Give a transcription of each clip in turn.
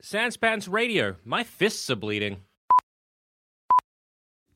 Sans Pants Radio. My fists are bleeding.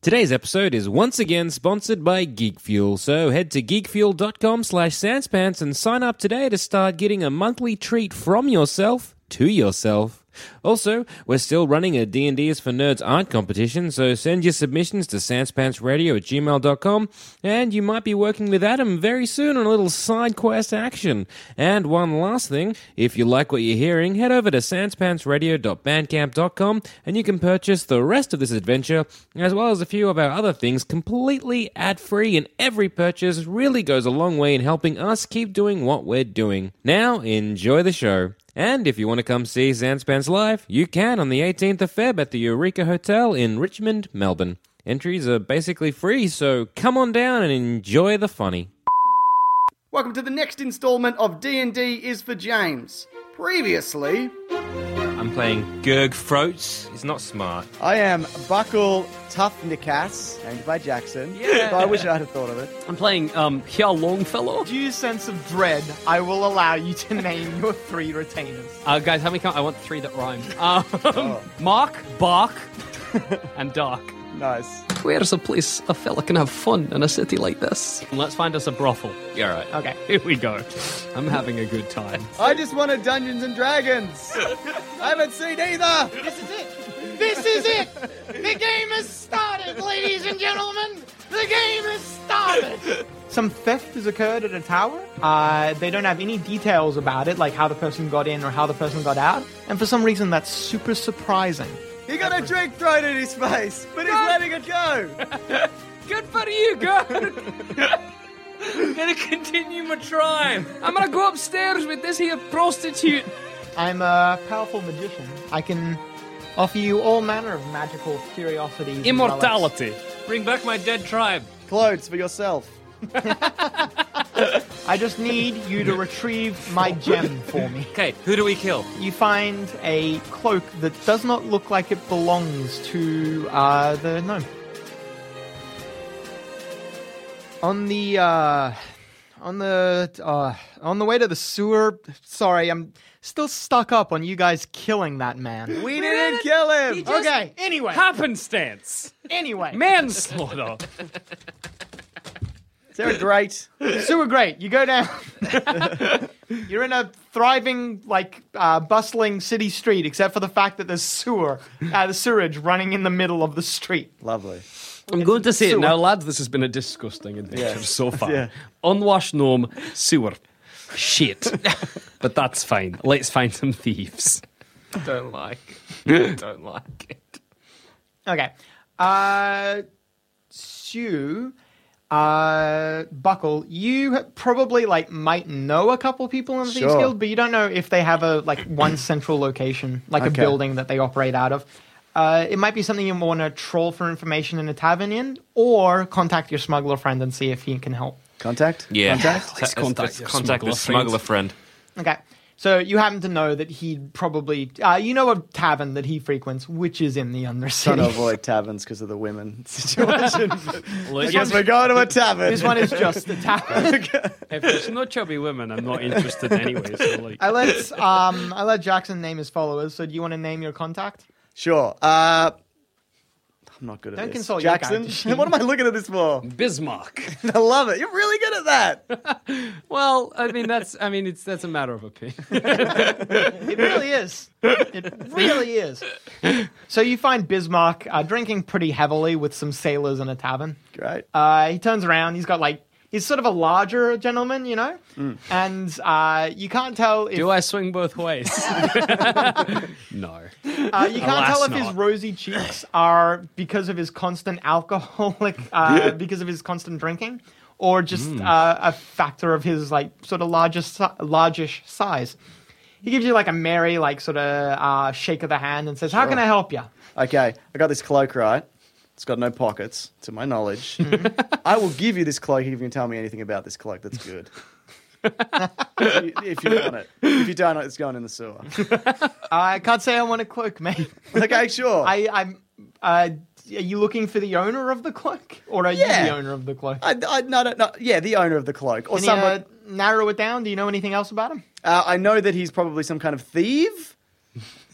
Today's episode is once again sponsored by Geek Fuel, so head to geekfuel.com slash sanspants and sign up today to start getting a monthly treat from yourself to yourself. Also, we're still running a D&D is for Nerds art competition, so send your submissions to sanspantsradio at gmail.com, and you might be working with Adam very soon on a little side quest action. And one last thing, if you like what you're hearing, head over to sanspantsradio.bandcamp.com, and you can purchase the rest of this adventure, as well as a few of our other things, completely ad-free, and every purchase really goes a long way in helping us keep doing what we're doing. Now, enjoy the show. And if you want to come see Zanspans live, you can on the 18th of Feb at the Eureka Hotel in Richmond, Melbourne. Entries are basically free, so come on down and enjoy the funny. Welcome to the next installment of D&D is for James. Previously, I'm playing Gerg Froats. He's not smart. I am Buckle Toughnikas, named by Jackson. Yeah. But I wish I'd have thought of it. I'm playing um Hyal Longfellow. due sense of dread, I will allow you to name your three retainers. Uh, guys, how many count? I want three that rhyme. Um, Mark, Bark, and Dark. Nice. Where's a place a fella can have fun in a city like this? And let's find us a brothel. Yeah, all right. Okay, here we go. I'm having a good time. I just wanted Dungeons and Dragons. I haven't seen either. This is it! This is it! The game has started, ladies and gentlemen! The game has started! Some theft has occurred at a tower. Uh, they don't have any details about it, like how the person got in or how the person got out. And for some reason, that's super surprising. He got a drink thrown in his face, but he's letting it go. Good for you, Gerg. I'm gonna continue my crime. I'm gonna go upstairs with this here prostitute. I'm a powerful magician. I can offer you all manner of magical curiosities. and relics. Immortality. Bring back my dead tribe. Clothes for yourself. I just need you to retrieve my gem for me. Okay, who do we kill? You find a cloak that does not look like it belongs to uh, the gnome. On the uh on the uh on the way to the sewer sorry, I'm still stuck up on you guys killing that man. We didn't kill him. Okay. Anyway. Happenstance. anyway. Manslaughter. Is there a great Sewer great. You go down. You're in a thriving, like, uh, bustling city street, except for the fact that there's sewer, uh, the sewage running in the middle of the street. Lovely. I'm going to say it now, lads. This has been a disgusting adventure so far. Yeah. Unwashed gnome, sewer. Shit. but that's fine. Let's find some thieves. Don't like it. Don't like it. Okay. Uh, Sue, uh, Buckle, you probably like might know a couple people in the Thieves Sure. Guild, but you don't know if they have a like one central location, like Okay. a building that they operate out of. Uh, it might be something you want to troll for information in a tavern in, or contact your smuggler friend and see if he can help. Contact? Contact? Let's contact your contact the smuggler smuggler friend. Okay. So you happen to know that he probably, uh, you know, a tavern that he frequents, which is in the Trying to Undercity. avoid taverns because of the women situation. I Look, guess we're going to a tavern. This one is just a tavern. if there's no chubby women, I'm not interested anyway. So like, I let um I let Jackson name his followers. So do you want to name your contact? Sure. Uh, I'm not good at Don't this. consult your Jackson, guide. what am I looking at this for? Bismarck. I love it. You're really good at that. Well, I mean that's I mean it's that's a matter of opinion. It really is. It really is. So you find Bismarck uh, drinking pretty heavily with some sailors in a tavern. Great. Uh, he turns around. He's got like he's sort of a larger gentleman, you know, and uh, you can't tell if Do I swing both ways? No. uh, you can't Alas, tell if his not. rosy cheeks are because of his constant alcoholic, uh, because of his constant drinking, or just uh, a factor of his like sort of largest si- largish size. He gives you like a merry like sort of uh, shake of the hand and says, "How can I help you?" Okay, I got this cloak right. It's got no pockets, to my knowledge. Mm-hmm. I will give you this cloak if you can tell me anything about this cloak that's good. if, you, if you want it. If you don't, it's going in the sewer. I can't say I want a cloak, mate. Okay, sure. I, I, I'm. Uh, are you looking for the owner of the cloak, or are Yeah. you the owner of the cloak? I, no, no, no, yeah, the owner of the cloak. Or Can somebody. you uh, narrow it down? Do you know anything else about him? Uh, I know that he's probably some kind of thief.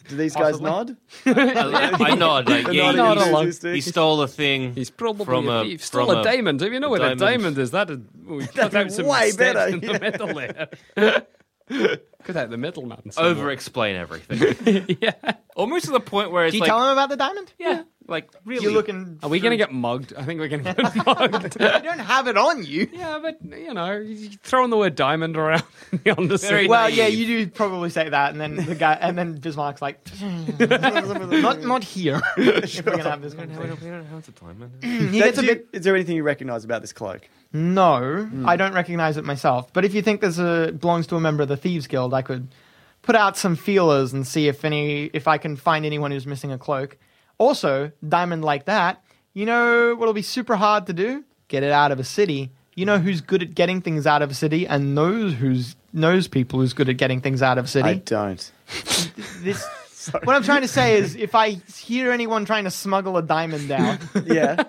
Do these guys Possibly. nod? I, I nod. Like, yeah, Not he- alone. he, stole a thing. He's probably From a, a- thief. Stole from a, a diamond. Have you know where a diamond. diamond is? That is, we cut out some way steps better, in yeah. the middle there. cut out the middleman. Over explain everything. yeah. Almost to the point where it's Do you like, tell him about the diamond? yeah, like really. You're looking. Are we gonna get mugged? I think we're gonna get mugged. You don't have it on you. yeah, but you know, you- throwing the word diamond around on the Very scene. Well, yeah, naive. you do probably say that, and then the guy, and then Bismarck's like, not, not here. if we're gonna have this conversation. We don't have the time. He gets a Do bit. you- Is there anything you recognise about this cloak? No, I don't recognize it myself. But if you think there's a belongs to a member of the thieves guild, I could put out some feelers and see if any if I can find anyone who's missing a cloak. Also, diamond like that, you know what'll be super hard to do? Get it out of a city. You know who's good at getting things out of a city and knows who's knows people who's good at getting things out of a I city. don't. This, what I'm trying to say is if I hear anyone trying to smuggle a diamond out, Yeah,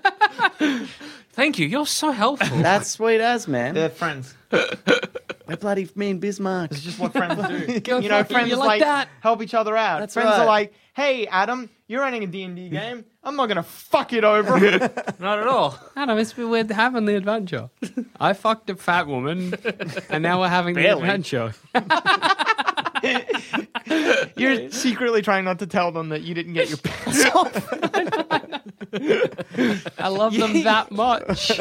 Thank you. You're so helpful. that's sweet as, man. they're friends. We're bloody mean Bismarck. It's just what friends do. you know, friends you like like, that. help each other out. That's friends right. are like, hey, Adam, you're running a D&D game. I'm not going to fuck it over. Not at all. Adam, it's been we're having the adventure. I fucked a fat woman, and now we're having the adventure. you're secretly trying not to tell them that you didn't get your pants off. I love them that much.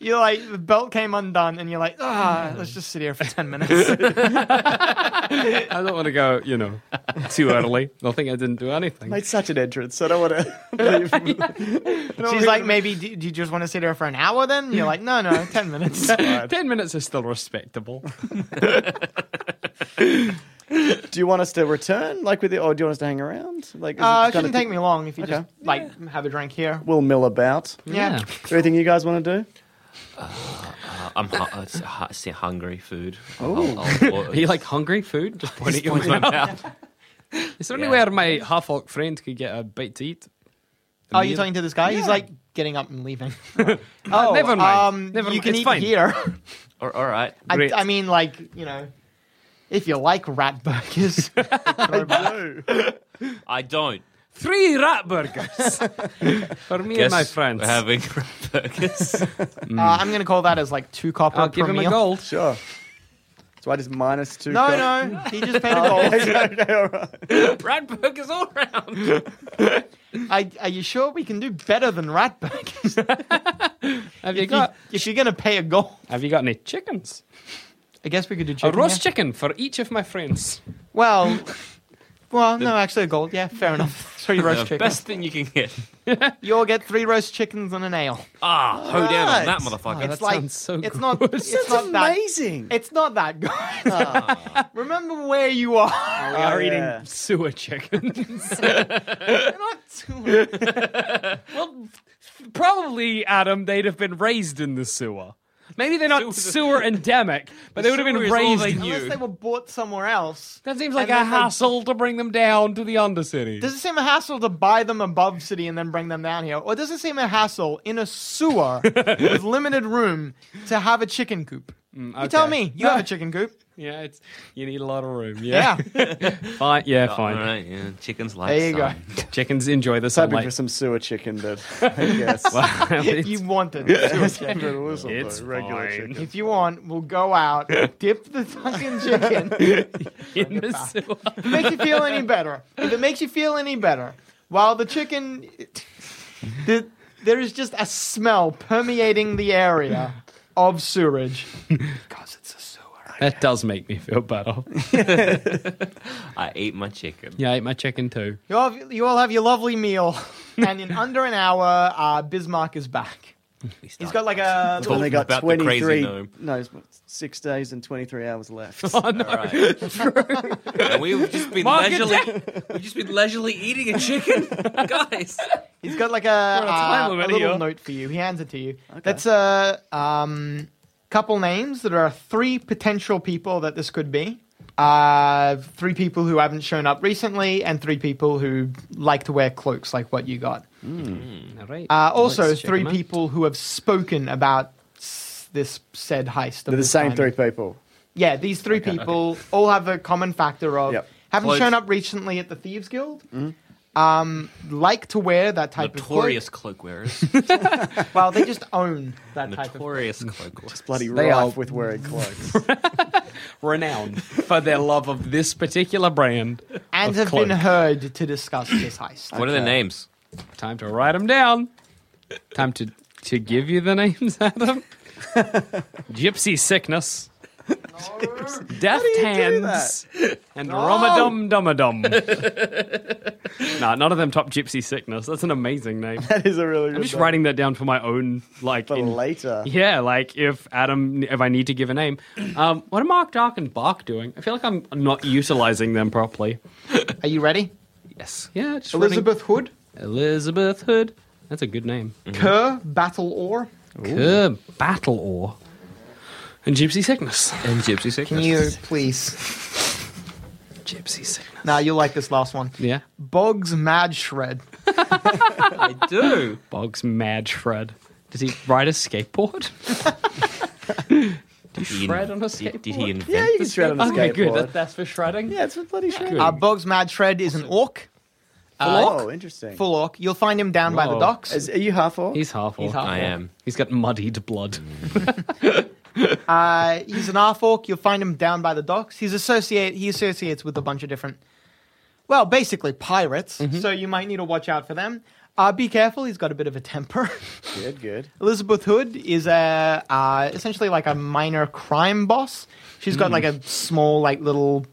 You're like, the belt came undone and you're like, ah, let's just sit here for 10 minutes. I don't want to go, you know, too early. They'll think I didn't do anything. Made such an entrance. so I don't want to leave. She's like, maybe, do, do you just want to sit here for an hour then? You're like, no, no, 10 minutes. Uh, Ten minutes is still respectable. Do you want us to return, like with the, or do you want us to hang around? Like, is it Uh, it gonna shouldn't be- take me long if you just Okay. like have a drink here. We'll mill about. Yeah. Is there anything you guys want to do? I'm hu- uh, s- hu- see hungry food. I'll, I'll, Are you like hungry food? Just point at your mouth. Is there anywhere my half orc friend could get a bite to eat? Oh, you're talking to this guy? He's like getting up and leaving. Oh, never mind. Um, never you mind. can it's eat fine. here. All- all right. I, Great. I mean, like you know, if you like rat burgers, I don't. Three rat burgers for me and my Guess friends. We're having rat burgers. uh, I'm gonna call that as like two copper I'll per give him meal. a gold. Sure. So I just minus two. No, Oh, co- no, he just paid a gold. okay, all right. rat burgers all round. I, are you sure we can do better than rat burgers? Have you If, you, got? if you're gonna pay a gold, Have you got any chickens? I guess we could do A chicken. roast yeah. chicken for each of my friends. Well, well, no, actually a gold. Yeah, fair enough. Three roast the chickens. best thing you can get. You'll get three roast chickens and an ale. Ah, ho down on that Right. motherfucker. it's like Oh, sounds so it's not. good. It's That's not that. amazing. It's not that good. Remember where you are. We are eating Oh, yeah. sewer chickens. well, probably Adam. They'd have been raised in the sewer. Maybe they're not sewer endemic, but they would have sewer been is all raised. they in- knew. Unless they were bought somewhere else. That seems like And a then they- hassle to bring them down to the undercity. Does it seem a hassle to buy them above city and then bring them down here? Or does it seem a hassle in a sewer with limited room to have a chicken coop? Mm, You tell me. You have a chicken coop. Yeah, it's you need a lot of room. Yeah. fine. Yeah, Oh, fine. All right, yeah. Chickens like there you go. sun. Chickens enjoy Hoping the for sunlight. some sewer chicken, but I guess It's- you wanted. it's capitalism, though, It's regular fine. chicken. If you want, we'll go out, dip the fucking chicken. in the sewer. If it makes you feel any better, if it makes you feel any better, while the chicken, the, there is just a smell permeating the area of sewerage. Because it's a sewer. That does make me feel better. I ate my chicken. Yeah, I ate my chicken too. You all, have- you all have your lovely meal, and in under an hour, uh, Bismarck is back. He's got like a. It's only got About the crazy 23, gnome. no, it's six days and 23 hours left. All right. and we've just been leisurely, we've just been leisurely eating a chicken, guys. He's got like a, uh, time a limit little here. note for you. He hands it to you. That's a um, couple names that are three potential people that this could be. Uh, three people who haven't shown up recently, and three people who like to wear cloaks like what you got. All right. Uh, also, Let's check three them out. people who have spoken about s- this said heist. of They're the this same time. three people. Yeah, these three people all have a common factor of Yep. Mm-hmm. haven't Clothes. shown up recently at the Thieves Guild. Um, like to wear that type Notorious of cloak wearers. cloak. Well, they just own that type of Notorious cloak wearers. Bloody They rife are- with wearing cloaks. renowned for their love of this particular brand. and of have been cloak. heard to discuss this heist. What are their names? Time to write them down. Time to to give you the names, Adam. Gypsy sickness. Deft hands and Romadum Dumadum. nah, none of them top Gypsy sickness. That's an amazing name. that is a really good I'm just name. writing that down for my own like for in- later. Yeah, like if Adam, if I need to give a name, um, what are Mark Dark and Bark doing? I feel like I'm not utilizing them properly. Are you ready? Yes, yeah, just running- Elizabeth Hood, Elizabeth Hood. That's a good name. Kerr, Battle Ore. Curb Battle Ore and Gypsy Sickness. And Gypsy Can Sickness. you please? Gypsy Sickness. Now you'll like this last one. Yeah, Boggs Mad Shred. I do. Boggs Mad Shred. Does he ride a skateboard? Did he, shred on a did, did he skateboard? invent Yeah, you can this? shred on a skateboard. okay, good. That, that's for shredding. yeah, it's a bloody shred. Uh, Boggs Mad Shred is an orc, Uh, oh, interesting. full orc. You'll find him down by the Whoa. docks. Is, are you half orc? He's half orc. He's half I am. He's got muddied blood. Uh, he's an half orc. You'll find him down by the docks. He's associate. He associates with a bunch of different, well, basically pirates. So you might need to watch out for them. Uh, be careful. He's got a bit of a temper. Good, good. Elizabeth Hood is a uh, essentially like a minor crime boss. She's got like a small like little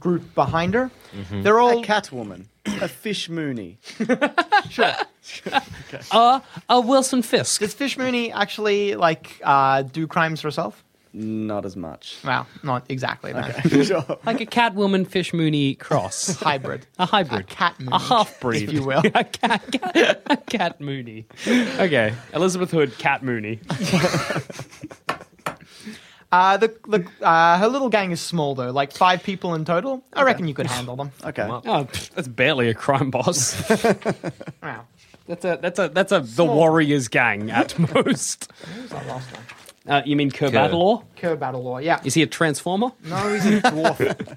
group behind her. They're A all Catwoman. A fish Mooney. Uh, uh, Wilson Fisk. does Fish Mooney actually like uh, do crimes herself? Not as much. Well, not exactly. No. Sure. Like a Catwoman Fish Mooney cross. Hybrid. A hybrid. Uh-huh. Cat Mooney. a half breed, if you will. a cat, cat, a cat Mooney. Okay, Elizabeth Hood, Cat Mooney. Uh, the, the, uh, her little gang is small though, like five people in total. I reckon you could handle them. Okay. Well, Oh, pff, that's barely a crime boss. Wow. That's a that's a that's a the Warriors gang at most. Who's that last one? Uh, you mean Kerr Battleor? Kerr Battle Law, yeah. Is he a transformer? No, he's a dwarf.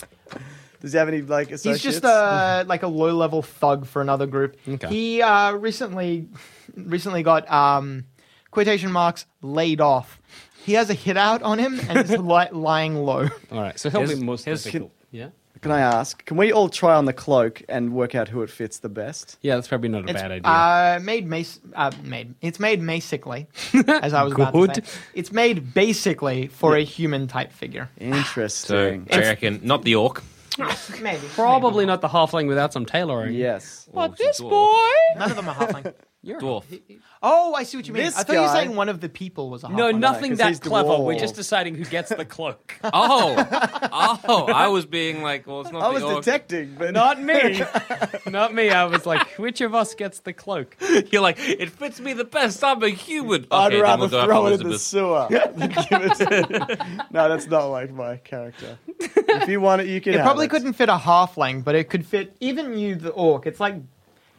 Does he have any like he's associates? just uh, like a low level thug for another group. Okay. He uh, recently recently got um, quotation marks laid off. He has a hit out on him and is li- lying low. All right, so he'll be most here's- difficult. Yeah, Can I ask? Can we all try on the cloak and work out who it fits the best? yeah, that's probably not a It's bad idea. uh, made mas- uh, made it's made basically, as I was about to Good. say. It's made basically for a human type figure. so Interesting. I reckon not the orc. Maybe probably not the halfling without some tailoring. yes. But this boy, None of them are halfling. dwarf. Oh, I see what you mean. This I thought you were guy- saying one of the people was a halfling. No, nothing 'cause that he's clever. We're dwarf. just deciding who gets the cloak. Oh, oh! I was being like, well, it's not I the was orc. detecting, but Not me. Not me. I was like, which of us gets the cloak? You're like, it fits me the best. I'm a human. Okay, I'd then rather we'll go throw it after in the Elizabeth. sewer. than give it to- no, that's not like my character. If you want it, you can. It have probably it. couldn't fit a halfling, but it could fit even you, the orc. It's like,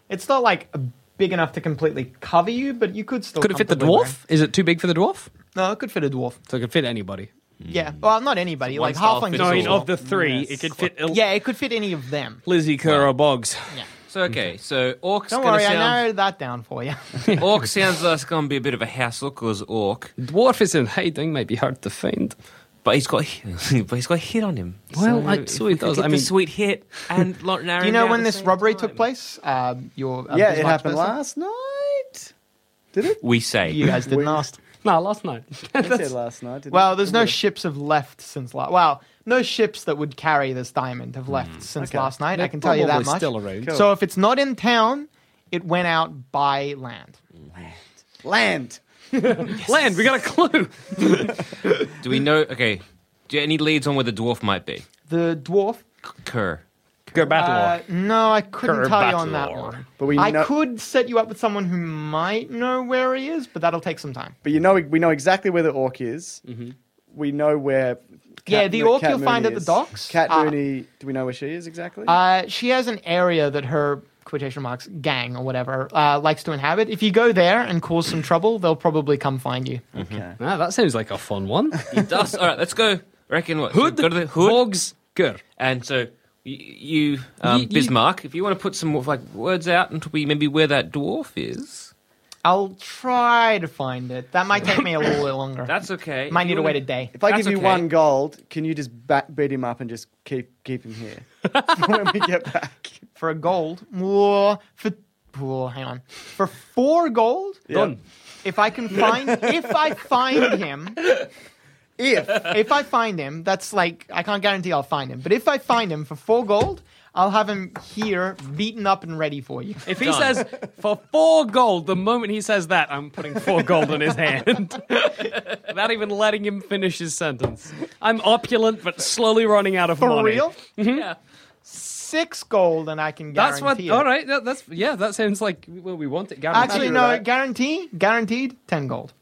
it's not like big enough to completely cover you, but you could still. Could it fit the comfortably dwarf? Is it too big for the dwarf? No, it could fit a dwarf. So it could fit anybody. Yeah. Well, not anybody. one like style halflings. fits are all. Nine small. of the three, it could fit Il- Yeah, it could fit any of them. Lizzie Kura Boggs. So okay, so orcs. Don't gonna worry, sound, I narrowed that down for you. Orc sounds like it's going to be a bit of a hassle because orc, Dwarf is in hiding, might be hard to find. but he's got but he's got a hit on him. Well, so I- if so we it could does, Get I the mean- sweet hit and lo- narrow Do you him know down when at the this same robbery time. took place? Uh, your uh, yeah, Bismarck it happened person? last night. Did it? We say You guys didn't ask. No, last night. It said last night. Didn't Well, it? there's no ships have left since last. Well, no ships that would carry this diamond have left since Okay. last night. I can tell you that Hmm. Probably much. still around. Cool. So if it's not in town, it went out by land. land. Land, we got a clue. Do we know? Okay, do you any leads on where the dwarf might be? The dwarf. Kerr. Go battle Uh, orc. no, I couldn't Curve tell you on that battle orc. one. But we I know- could set you up with someone who might know where he is, but that'll take some time. But you know, we know exactly where the orc is. Mm-hmm. We know where. Cat, Yeah, the Mo- orc Cat you'll find Mooney at the is. docks. Cat Uh, Mooney. Do we know where she is exactly? Uh, she has an area that her quotation marks gang or whatever uh, likes to inhabit. If you go there and cause some trouble, they'll probably come find you. Ah, that sounds like a fun one. Dust. All right, let's go. Reckon what? Hood, So go to the hood, Boggs, Gur. and so you, you, um, You- you- Bismarck. If you want to put some more, like words out until we maybe where that dwarf is. I'll try to find it. That might take me a little bit longer. That's okay. might If need you to wait wanna- a day. if I that's give you okay. one gold, can you just back, beat him up and just keep keep him here for when we get back? For a gold, whoa, for whoa, hang on, for four gold. Done. If I can find, if I find him, If if I find him, that's like I can't guarantee I'll find him. But if I find him for four gold, I'll have him here, beaten up and ready for you. If he says for four gold, the moment he says that, I'm putting four gold in his hand. Without even letting him finish his sentence. I'm opulent, but slowly running out of For money. real? Yeah. Six gold, and I can Mm-hmm. That's guarantee what. it. All right. That, that's yeah. That sounds like well, we want it. Guaranteed. Actually, Imagine no, that. guarantee, guaranteed, ten gold.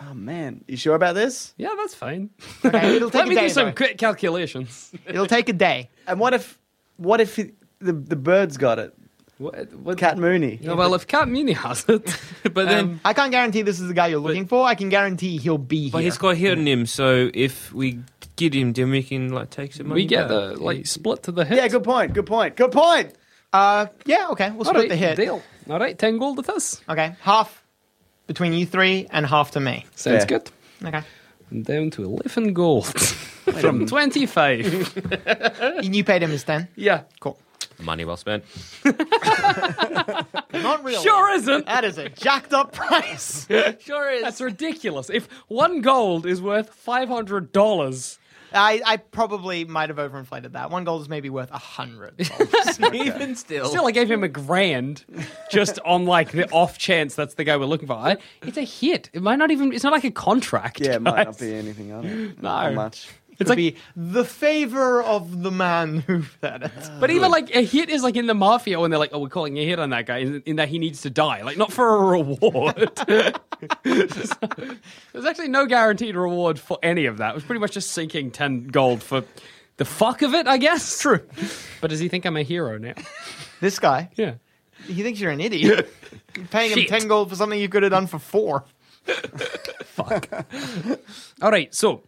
oh man, you sure about this? yeah, that's fine. Okay, it'll take Let a me day. do some though. quick calculations. It'll take a day. And what if what if he- the the bird's got it? What, what, Cat Mooney. well, if Cat Muni has it, But then, I can't guarantee this is the guy you're looking for. I can guarantee he'll be but here. he's got a hit on him. So if we get him, then we can like take some money. we get back. the like split to the hit. Yeah, good point. Good point. Good point. Uh, yeah, okay, we'll All split right, the hit. Deal. All right, ten gold with us. Okay, half between you three and half to me. Sounds Fair. good. Okay, And down to eleven gold from twenty-five. and you paid him his ten. yeah, Cool. money well spent. Not really. sure isn't. That is a jacked up price. Sure is. That's ridiculous. If one gold is worth five hundred dollars, I, I probably might have overinflated that. One gold is maybe worth a hundred. Even still, still I gave him a grand just on like the off chance that's the guy we're looking for. I, it's a hit. It might not even. It's not like a contract. Yeah, it might not guys. be anything on it. No. Not much. It's like be the favor of the man who said it. But even like a hit is like in the mafia when they're like, oh, we're calling a hit on that guy in, in that he needs to die, like not for a reward. There's actually no guaranteed reward for any of that. It was pretty much just sinking ten gold for the fuck of it, I guess. True. But does he think I'm a hero now? This guy, Yeah. he thinks you're an idiot. You're paying him Shit. ten gold for something you could have done for four. Fuck. All right. So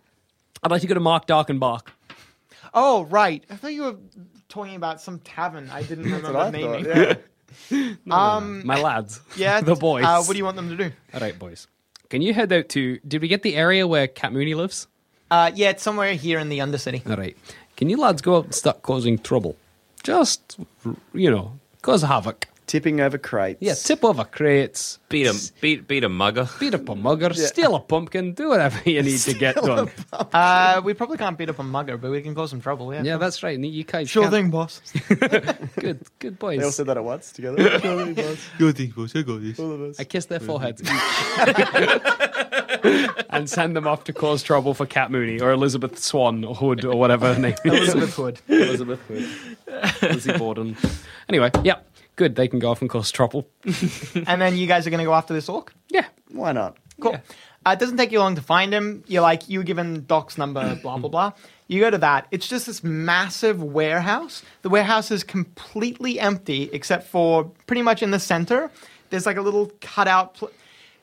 I'd like to go to Mark Dark and Bark. Oh right, I thought you were talking about some tavern. I didn't remember I naming. thought, yeah. Um, My lads. yeah, the boys. Uh, what do you want them to do? All right, boys. Can you head out to? Did we get the area where Cat Mooney lives? Uh, yeah, it's somewhere here in the Undercity. All right. Can you lads go out and start causing trouble? Just, you know, cause havoc. Tipping over crates. Yeah, tip over crates, beat him. Beat beat a mugger. beat up a mugger, steal a pumpkin, do whatever you need to get done. Uh, we probably can't beat up a mugger, but we can cause some trouble. Yeah. Yeah, that's right. You guys Sure can't- thing, boss. Good, good They all boys. said that at once together. Sure we was. All of us. I kiss their foreheads and send them off to cause trouble for Cat Mooney or Elizabeth Swan or Hood or whatever her name is. Elizabeth Hood. Elizabeth Hood. Lizzie Borden. Anyway, yeah, good. They can go off and cause trouble. And then you guys are going to go after this orc. Yeah, Why not? Cool. Uh, it doesn't take you long to find him. You're like, you were given Doc's number, blah, blah, blah. You go to that. It's just this massive warehouse. The warehouse is completely empty, except for pretty much in the center. There's like a little cutout. Pl-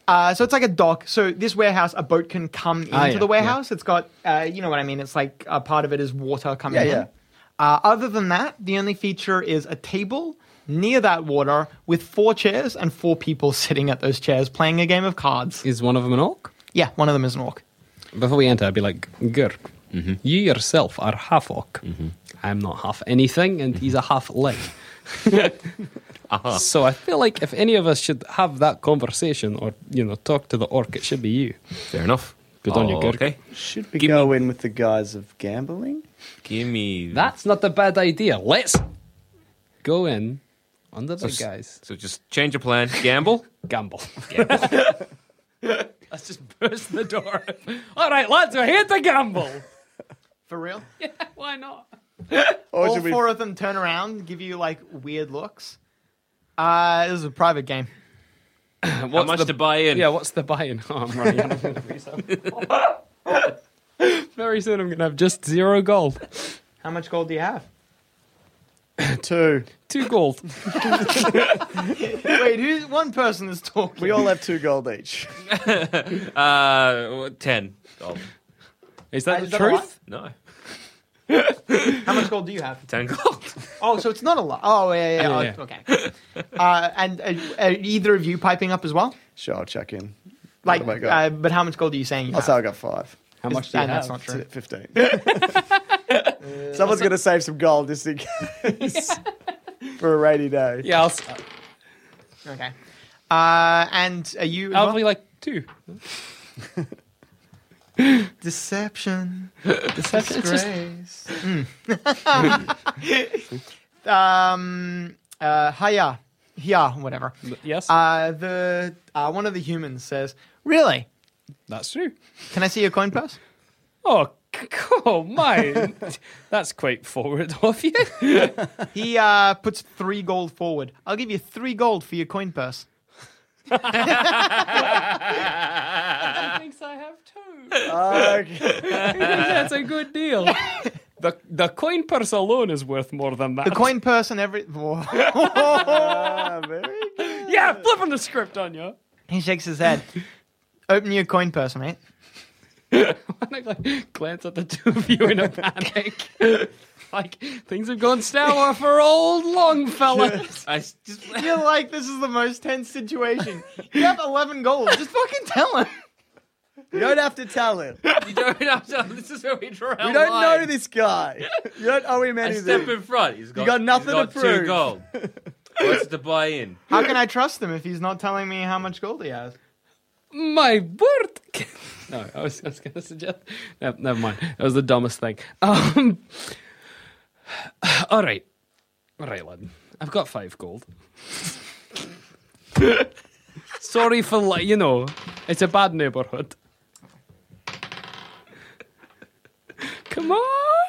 Uh, so it's like a dock. So this warehouse, a boat can come into Ah, yeah, the warehouse. It's got, uh, you know what I mean. It's like a part of it is water coming Yeah, yeah. in. Uh, other than that, the only feature is a table near that water with four chairs and four people sitting at those chairs playing a game of cards. Is one of them an orc? Yeah, one of them is an orc. Before we enter, I'd be like, Gurk, you yourself are half orc. I'm not half anything, and he's a half leg. So I feel like if any of us should have that conversation or, you know, talk to the orc, it should be you. Fair enough. Oh, Good on you, Gurk. Okay. Should we Give go in with the guise of gambling? Give me That's not a bad idea. Let's go in under the guys. So just change your plan. Gamble. Gamble. Let's just burst the door. All right, lads, we're here to gamble. For real? Why not? Or All should we four of them turn around, give you like weird looks. Uh, this is a private game. What's How much to buy in? Yeah, what's the buy-in? Oh, I'm running out of memories. Very soon I'm going to have just zero gold. How much gold do you have? two? Two gold. Wait, who's one person is talking? We all have two gold each. Uh, ten. Gold. Is that Is the that a lot? truth? No. How much gold do you have? Ten gold. Oh, so it's not a lot. Oh, yeah, yeah, yeah. Yeah, Oh, Okay. Uh, and uh, are either of you piping up as well? Sure, I'll check in. Like, What have I got? uh, but how much gold are you saying you I'll have? say I got five. How much do you and have? that's not true. Fifteen. Someone's going to save some gold just in case for a rainy day. Yeah, I'll, s- Okay. Uh, and are you? as I'll well? be like two. Deception, Deception. It's just- grace. Mm. um. Uh. Hiya. Yeah. Whatever. yes, Uh. The uh, one of the humans says, "Really? that's true. Can I see your coin purse?" Oh, c- oh my. that's quite forward of you. He uh, puts three gold forward. I'll give you three gold for your coin purse. thinks I have two. Okay. That's a good deal. The, the coin purse alone is worth more than that. The coin purse and every. Ah, very good. Yeah, flipping the script on you. he shakes his head. Open your coin purse, mate. And I like, glance at the two of you in a panic. like, things have gone sour for old Longfellas. I s- just. You're like, this is the most tense situation. You have 11 gold. Just fucking tell him. You don't have to tell him. You don't have to. This is where we draw our You don't line. know this guy. You don't owe him I step anything. in front. He's got, got nothing he's got to Two prove. gold. What's to buy in? How can I trust him if he's not telling me how much gold he has? My word. no, I was, I was going to suggest. No, never mind. That was the dumbest thing. Um, all right. All right, lad. I've got five gold. Sorry for, like, you know, it's a bad neighborhood. Come on.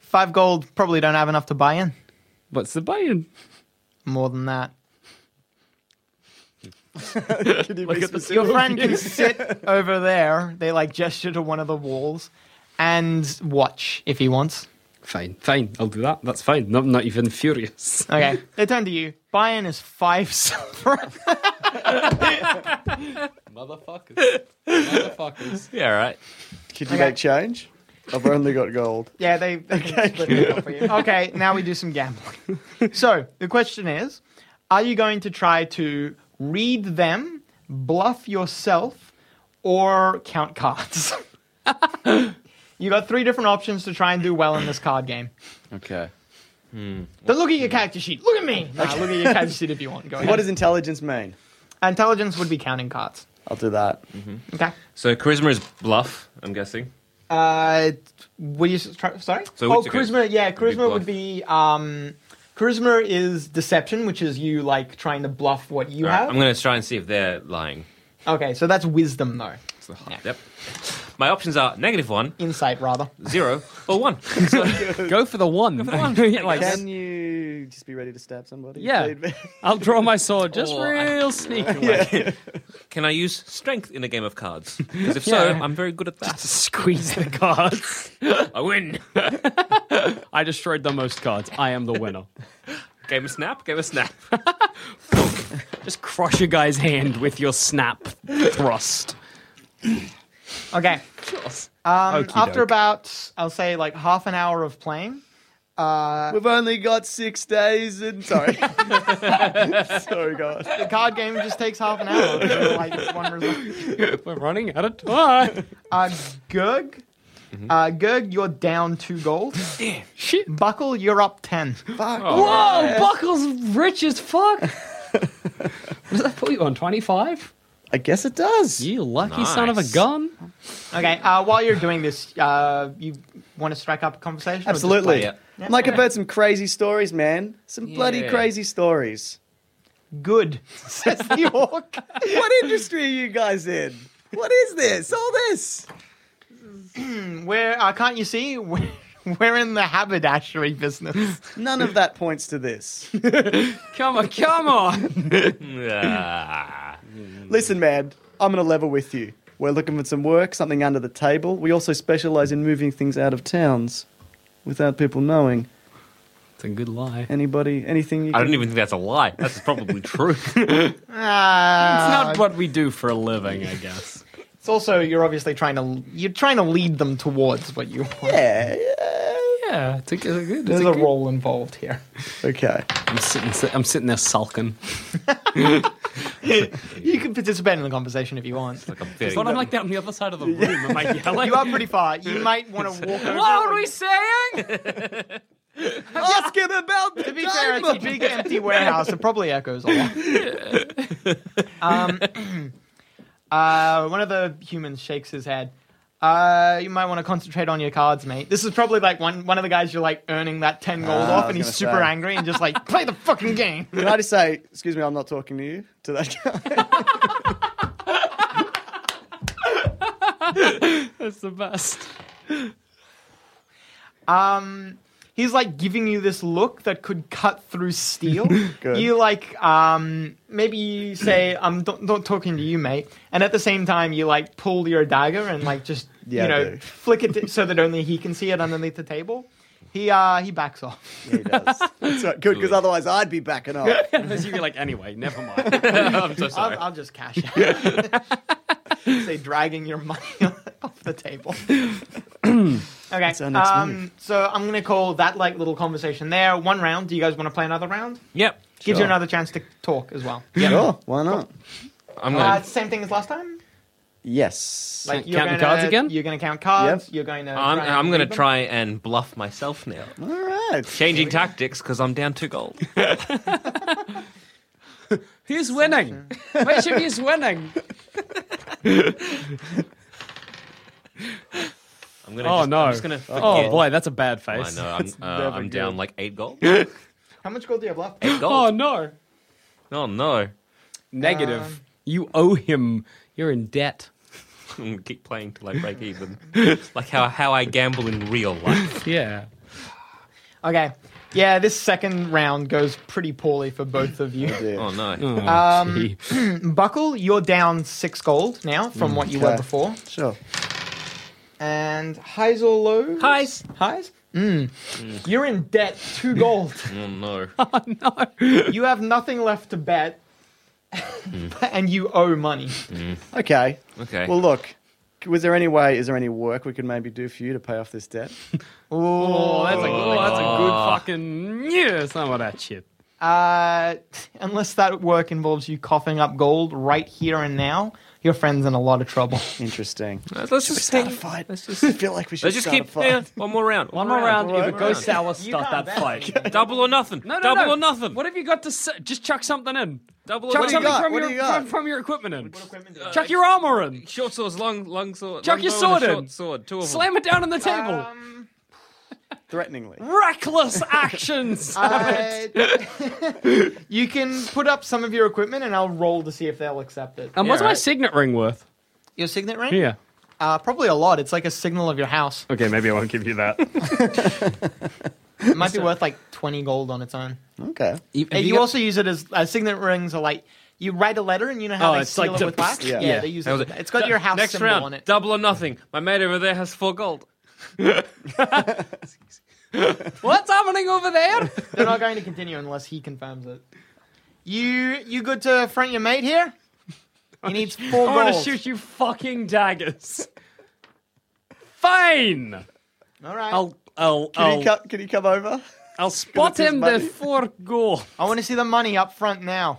Five gold, probably don't have enough to buy in. What's the buy-in? More than that. Can you be specific? Your friend can sit over there. They like gesture to one of the walls and watch if he wants. Fine, fine. I'll do that. That's fine. No, I'm not even furious. Okay, they turn to you. Buy-in is five silver. Motherfuckers. Motherfuckers. Yeah, all right. Could you make change? I've only got gold. yeah, they, they okay. split it up for you. Okay, now we do some gambling. So the question is, are you going to try to read them, bluff yourself, or count cards? you got three different options to try and do well in this card game. Okay. Hmm. But look at your character sheet. Look at me. Nah, look at your character sheet if you want. Go ahead. What does intelligence mean? Intelligence would be counting cards. I'll do that. Okay. So charisma is bluff. I'm guessing. Uh, what do you s- try, sorry? So oh, which again? charisma. Yeah, charisma bluff. would be um, charisma is deception, which is you like trying to bluff what you All right, have. I'm going to try and see if they're lying. Okay, so that's wisdom though, So- Yep. My options are negative one, insight rather. zero, or one. So, Go for the one. like, Can you just be ready to stab somebody? Yeah. Please be- I'll draw my sword just Oh, I- real sneaky. can I use strength in a game of cards? 'Cause if so, Yeah. I'm very good at that. Squeeze the cards. I win. I destroyed the most cards. I am the winner. Gave him a snap. Gave him a snap. Just crush a guy's hand with your snap thrust. Okay. Um, after about, I'll say, like half an hour of playing, We've only got six days and sorry. sorry guys. the card game just takes half an hour. so, like one result. We're running out of time. Uh, Gerg, Mm-hmm. uh, Gerg, you're down two gold. Shit. Buckle, you're up ten. Whoa, Buckle's rich as fuck. what does that put you on? 25? I guess it does. You lucky son of a gun. Okay. Uh, while you're doing this, uh, you want to strike up a conversation? or just Absolutely. play? it. Like I've heard some crazy stories, man. Some bloody Yeah. crazy stories. Good. Says the orc. What industry are you guys in? What is this? All this? Where uh, can't you see? We're, we're in the haberdashery business. None of that points to this. Come on, come on. Listen, man, I'm going to level with you. We're looking for some work, something under the table. We also specialize in moving things out of towns without people knowing. It's a good lie. Anybody, anything you I can... don't even think that's a lie. That's probably true. Ah. It's not what we do for a living, I guess. It's also you're obviously trying to you're trying to lead them towards what you want. Yeah, yeah. Yeah, it's a, it's a good. It's There's a a good. role involved here. Okay. I'm sitting. I'm sitting there sulking. You can participate in the conversation if you want. Like a very- But I'm like that on the other side of the room. Am I yelling? You are pretty far. You might want to walk over. What are we saying? Ask him about To be fair, it's a big empty warehouse. It probably echoes a lot. um, uh, one of the humans shakes his head. Uh, you might want to concentrate on your cards, mate. This is probably like one one of the guys you're like earning that ten gold Ah, I off, was and he's gonna super say. angry and just like play the fucking game. Can I just say, excuse me, I'm not talking to you, to that guy? That's the best. um he's like giving you this look that could cut through steel Good. you like um maybe you say um, i'm not, not talking to you mate and at the same time you like pull your dagger and like just Yeah, I you know do. flick it so that only he can see it underneath the table he uh he backs off he does. That's right. Good, because otherwes I'd be backing off. Because you'd be like, anyway, never mind. I'm so sorry. I'll, I'll just cash out say dragging your money off the table okay our next um, move. so i'm gonna call that like little conversation there one round do you guys want to play another round Yep. Gives Sure. Hmm. you another chance to talk as well. Sure, why not? I'm Uh, gonna. it's the same thing as last time. Yes. Like counting cards again? You're going to count cards. Yep. You're going to. I'm, try and I'm gonna read them. try and bluff myself now. All right. Changing tactics because I'm down two gold. He's winning. Make sure he's winning. I'm gonna. Oh just, no. I'm just gonna forget. oh boy, that's a bad I face. know. I'm, uh, never I'm good. down like eight gold. How much gold do you have left? Eight Oh gold. no. Oh no. Negative. you owe him. You're in debt. I'm gonna keep playing till I break even. like how how I gamble in real life. Yeah. Okay. Yeah, this second round goes pretty poorly for both of you. Oh no. Um, Buckle, you're down six gold now from what you were Okay. before. Sure. And highs or lows? Highs. Highs? Mm. You're in debt, two gold. Oh no. you have nothing left to bet, and you owe money. Okay. Okay. Well, look, was there any way, is there any work we could maybe do for you to pay off this debt? oh, that's a, oh, that's a good fucking. Yeah, some of that shit. Uh, unless that work involves you coughing up gold right here and now, your friend's in a lot of trouble. Interesting. let's just Start a hang- fight. Let's just. I feel like we should Let's just start keep a fight. yeah, one more round. One more round. one If it more goes round. sour, start that fight. Double or nothing. No, no, Double no. or nothing. What have you got to say? Just chuck something in. Double Chuck or something nothing. got? from What do your you got? from, from your equipment in. chuck your armor in. Short swords, long long sword. Chuck long your bow sword and a in. Short sword. Two of Um, Slam it down on the table. Threateningly. Reckless actions. Uh, you can put up some of your equipment, and I'll roll to see if they'll accept it. and what's yeah, my right. signet ring worth? Your signet ring? Um, Yeah. Uh, probably a lot. It's like a signal of your house. Okay, maybe I won't give you that. It might be worth like twenty gold on its own. Okay. And you also use it as uh, signet rings are like you write a letter, and you know how Oh, they it's seal like it with to- wax. yeah. they use That was it. it. It's got your house Next symbol round, on it. double or nothing. My mate over there has four gold. What's happening over there? They're not going to continue unless he confirms it. You you good to front your mate here? He needs four I want to goals. shoot you fucking daggers. Fine. All right. I'll I'll Can, Oh. I'll, you co- can you come over? I'll spot his him money. before goal. I want to see the money up front now.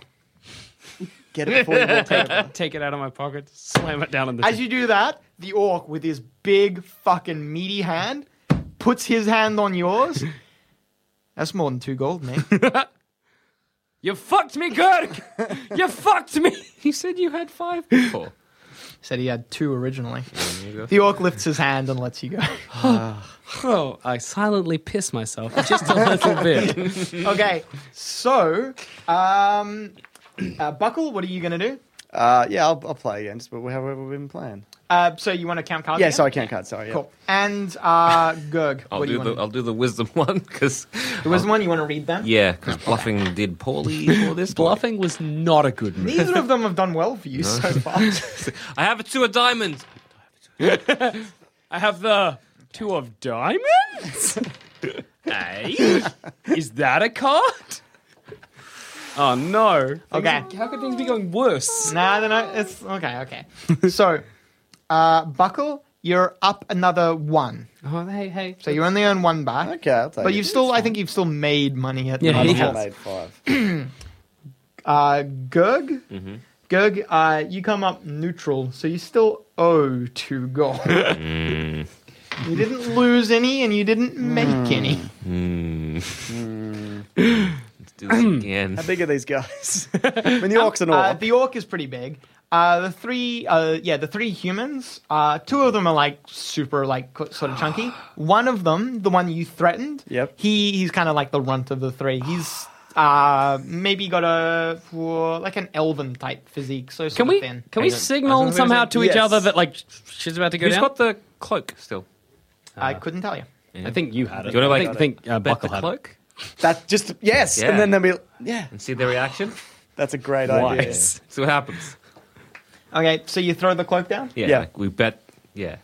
Get it before you walk out. Take it out of my pocket, slam it down in the. As you do that, the orc with his big fucking meaty hand puts his hand on yours. That's more than two gold, mate. you fucked me, Kirk. you fucked me. You said you had five before. Said he had two originally. The orc lifts his hand and lets you go. Oh, I silently piss myself just a little bit. okay, so um, uh, Buckle, what are you gonna do? Uh, yeah, I'll, I'll play against, but however we've been playing. Uh, so you want to count cards? Yeah, again? sorry, can't card. Sorry. Yeah. Cool. And uh, Gerg, I'll what do do you the want? I'll do the wisdom one because There was one you want to read them. yeah, because bluffing did poorly for this. one. Bluffing was not a good move. Neither of them have done well for you so far. I have a two of diamonds. I have the two of diamonds. hey, is that a card? Oh no! Okay. how could things be going worse? Nah, no, no, it's okay, okay. so, uh, Buckle, you're up another one. Oh hey hey! So you only earn one back. Okay, I'll take But it. you've still, I think you've still made money at Yeah, the he I've moment. still has. made five. Uh, Gerg, Gerg, uh, you come up neutral, so you still owe two gold. You didn't lose any, and you didn't make any. Hmm. Let's do this again. How big are these guys? I mean, the orcs and Uh, all. the orc is pretty big. Uh, the three, uh, yeah, the three humans. Uh, two of them are like super, like co- sort of chunky. One of them, the one you threatened. Yep. He he's kind of like the runt of the three. He's uh maybe got a for like an elven type physique. So Can sort we of thin. can we signal somehow to each Yes. other that like she's about to go Who's down? got the cloak still? I couldn't tell you. I think you had it. you wanna, I like, think, I think uh, Bet Buckle the had it. cloak That just yes, Yeah. and then they'll be yeah. and see the reaction. That's a great idea. Wise. See what happens. Okay, so you throw the cloak down. Yeah, Yeah. like, we bet. Yeah,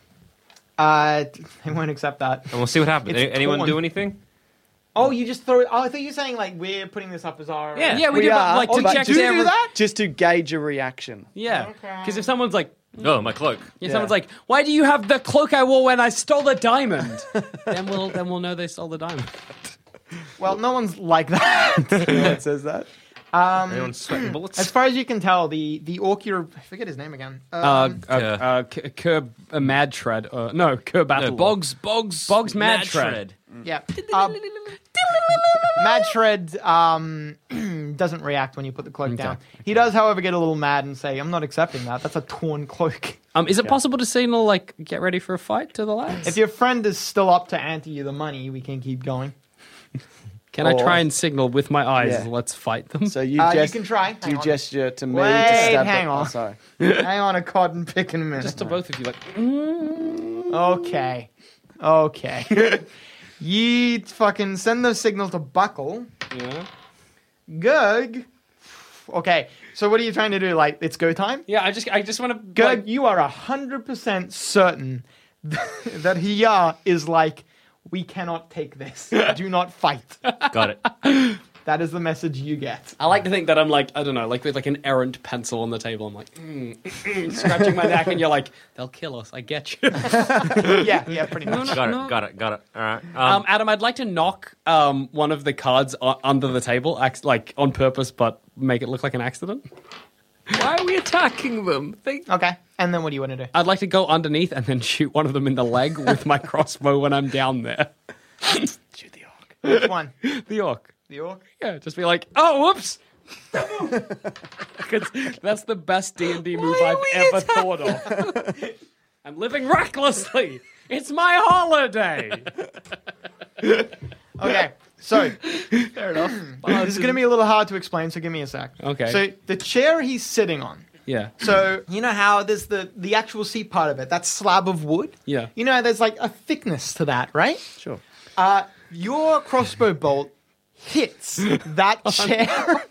Uh, they won't accept that. and we'll see what happens. It's Any- anyone torn. do anything? Oh, you just throw it. Oh, I thought you were saying like we're putting this up as our. Yeah, we, did, but are, like to Oh, but check do their do re- that? Just to gauge a reaction. Yeah, because if someone's like, Oh, my cloak. if someone's like, why do you have the cloak I wore when I stole the diamond? then we'll then we'll know they stole the diamond. Well, no one's like that. No one says that. Anyone Um, sweating bullets? As far as you can tell, the the orc you're I forget his name again. Um, Uh, uh, Yeah. uh, K- Kerb, uh, Mad Tread. Uh, no, Kerb Battle. no, Boggs, Boggs, Boggs Mad Tread. yeah. Um, Madshred um, doesn't react when you put the cloak down. He does, however, get a little mad and say, "I'm not accepting that. That's a torn cloak." Um, is it possible to signal like get ready for a fight to the lads? If your friend is still up to ante you the money, we can keep going. Can I Or- try and signal with my eyes? Yeah. Let's fight them. So you Uh, you just can try. do you Hang on. gesture to me to Wait, stab hang them. on. Oh, sorry. Hang on a cotton picking minute. Just to both of you, like Okay. Okay. you fucking send those signals to Buckle. yeah, Gerg. Okay. So what are you trying to do? Like, it's go time? yeah. I just I just want to Gerg, you are 100% certain that Hiya is like, we cannot take this. do not fight. Got it. That is the message you get. I like to think that I'm like I don't know, like with like an errant pencil on the table. I'm like mm, mm, scratching my neck, and you're like, they'll kill us. I get you. yeah, yeah, pretty much. Got it. Got it. Got it. All right. Um, Um, Adam, I'd like to knock um, one of the cards u- under the table, ac- like on purpose, but make it look like an accident. why are we attacking them? They- Okay. And then what do you want to do? I'd like to go underneath and then shoot one of them in the leg with my crossbow when I'm down there. Shoot the orc. Which one? The orc. The orc? Yeah, just be like, oh, whoops. 'Cause that's the best D and D move I've ever thought of. I'm living recklessly. It's my holiday. Okay. So this is going to be a little hard to explain, so give me a sec. Okay. So the chair he's sitting on. Yeah. So you know how there's the the actual seat part of it, that slab of wood. Yeah. You know there's like a thickness to that, right? Sure. Uh, your crossbow bolt hits that chair,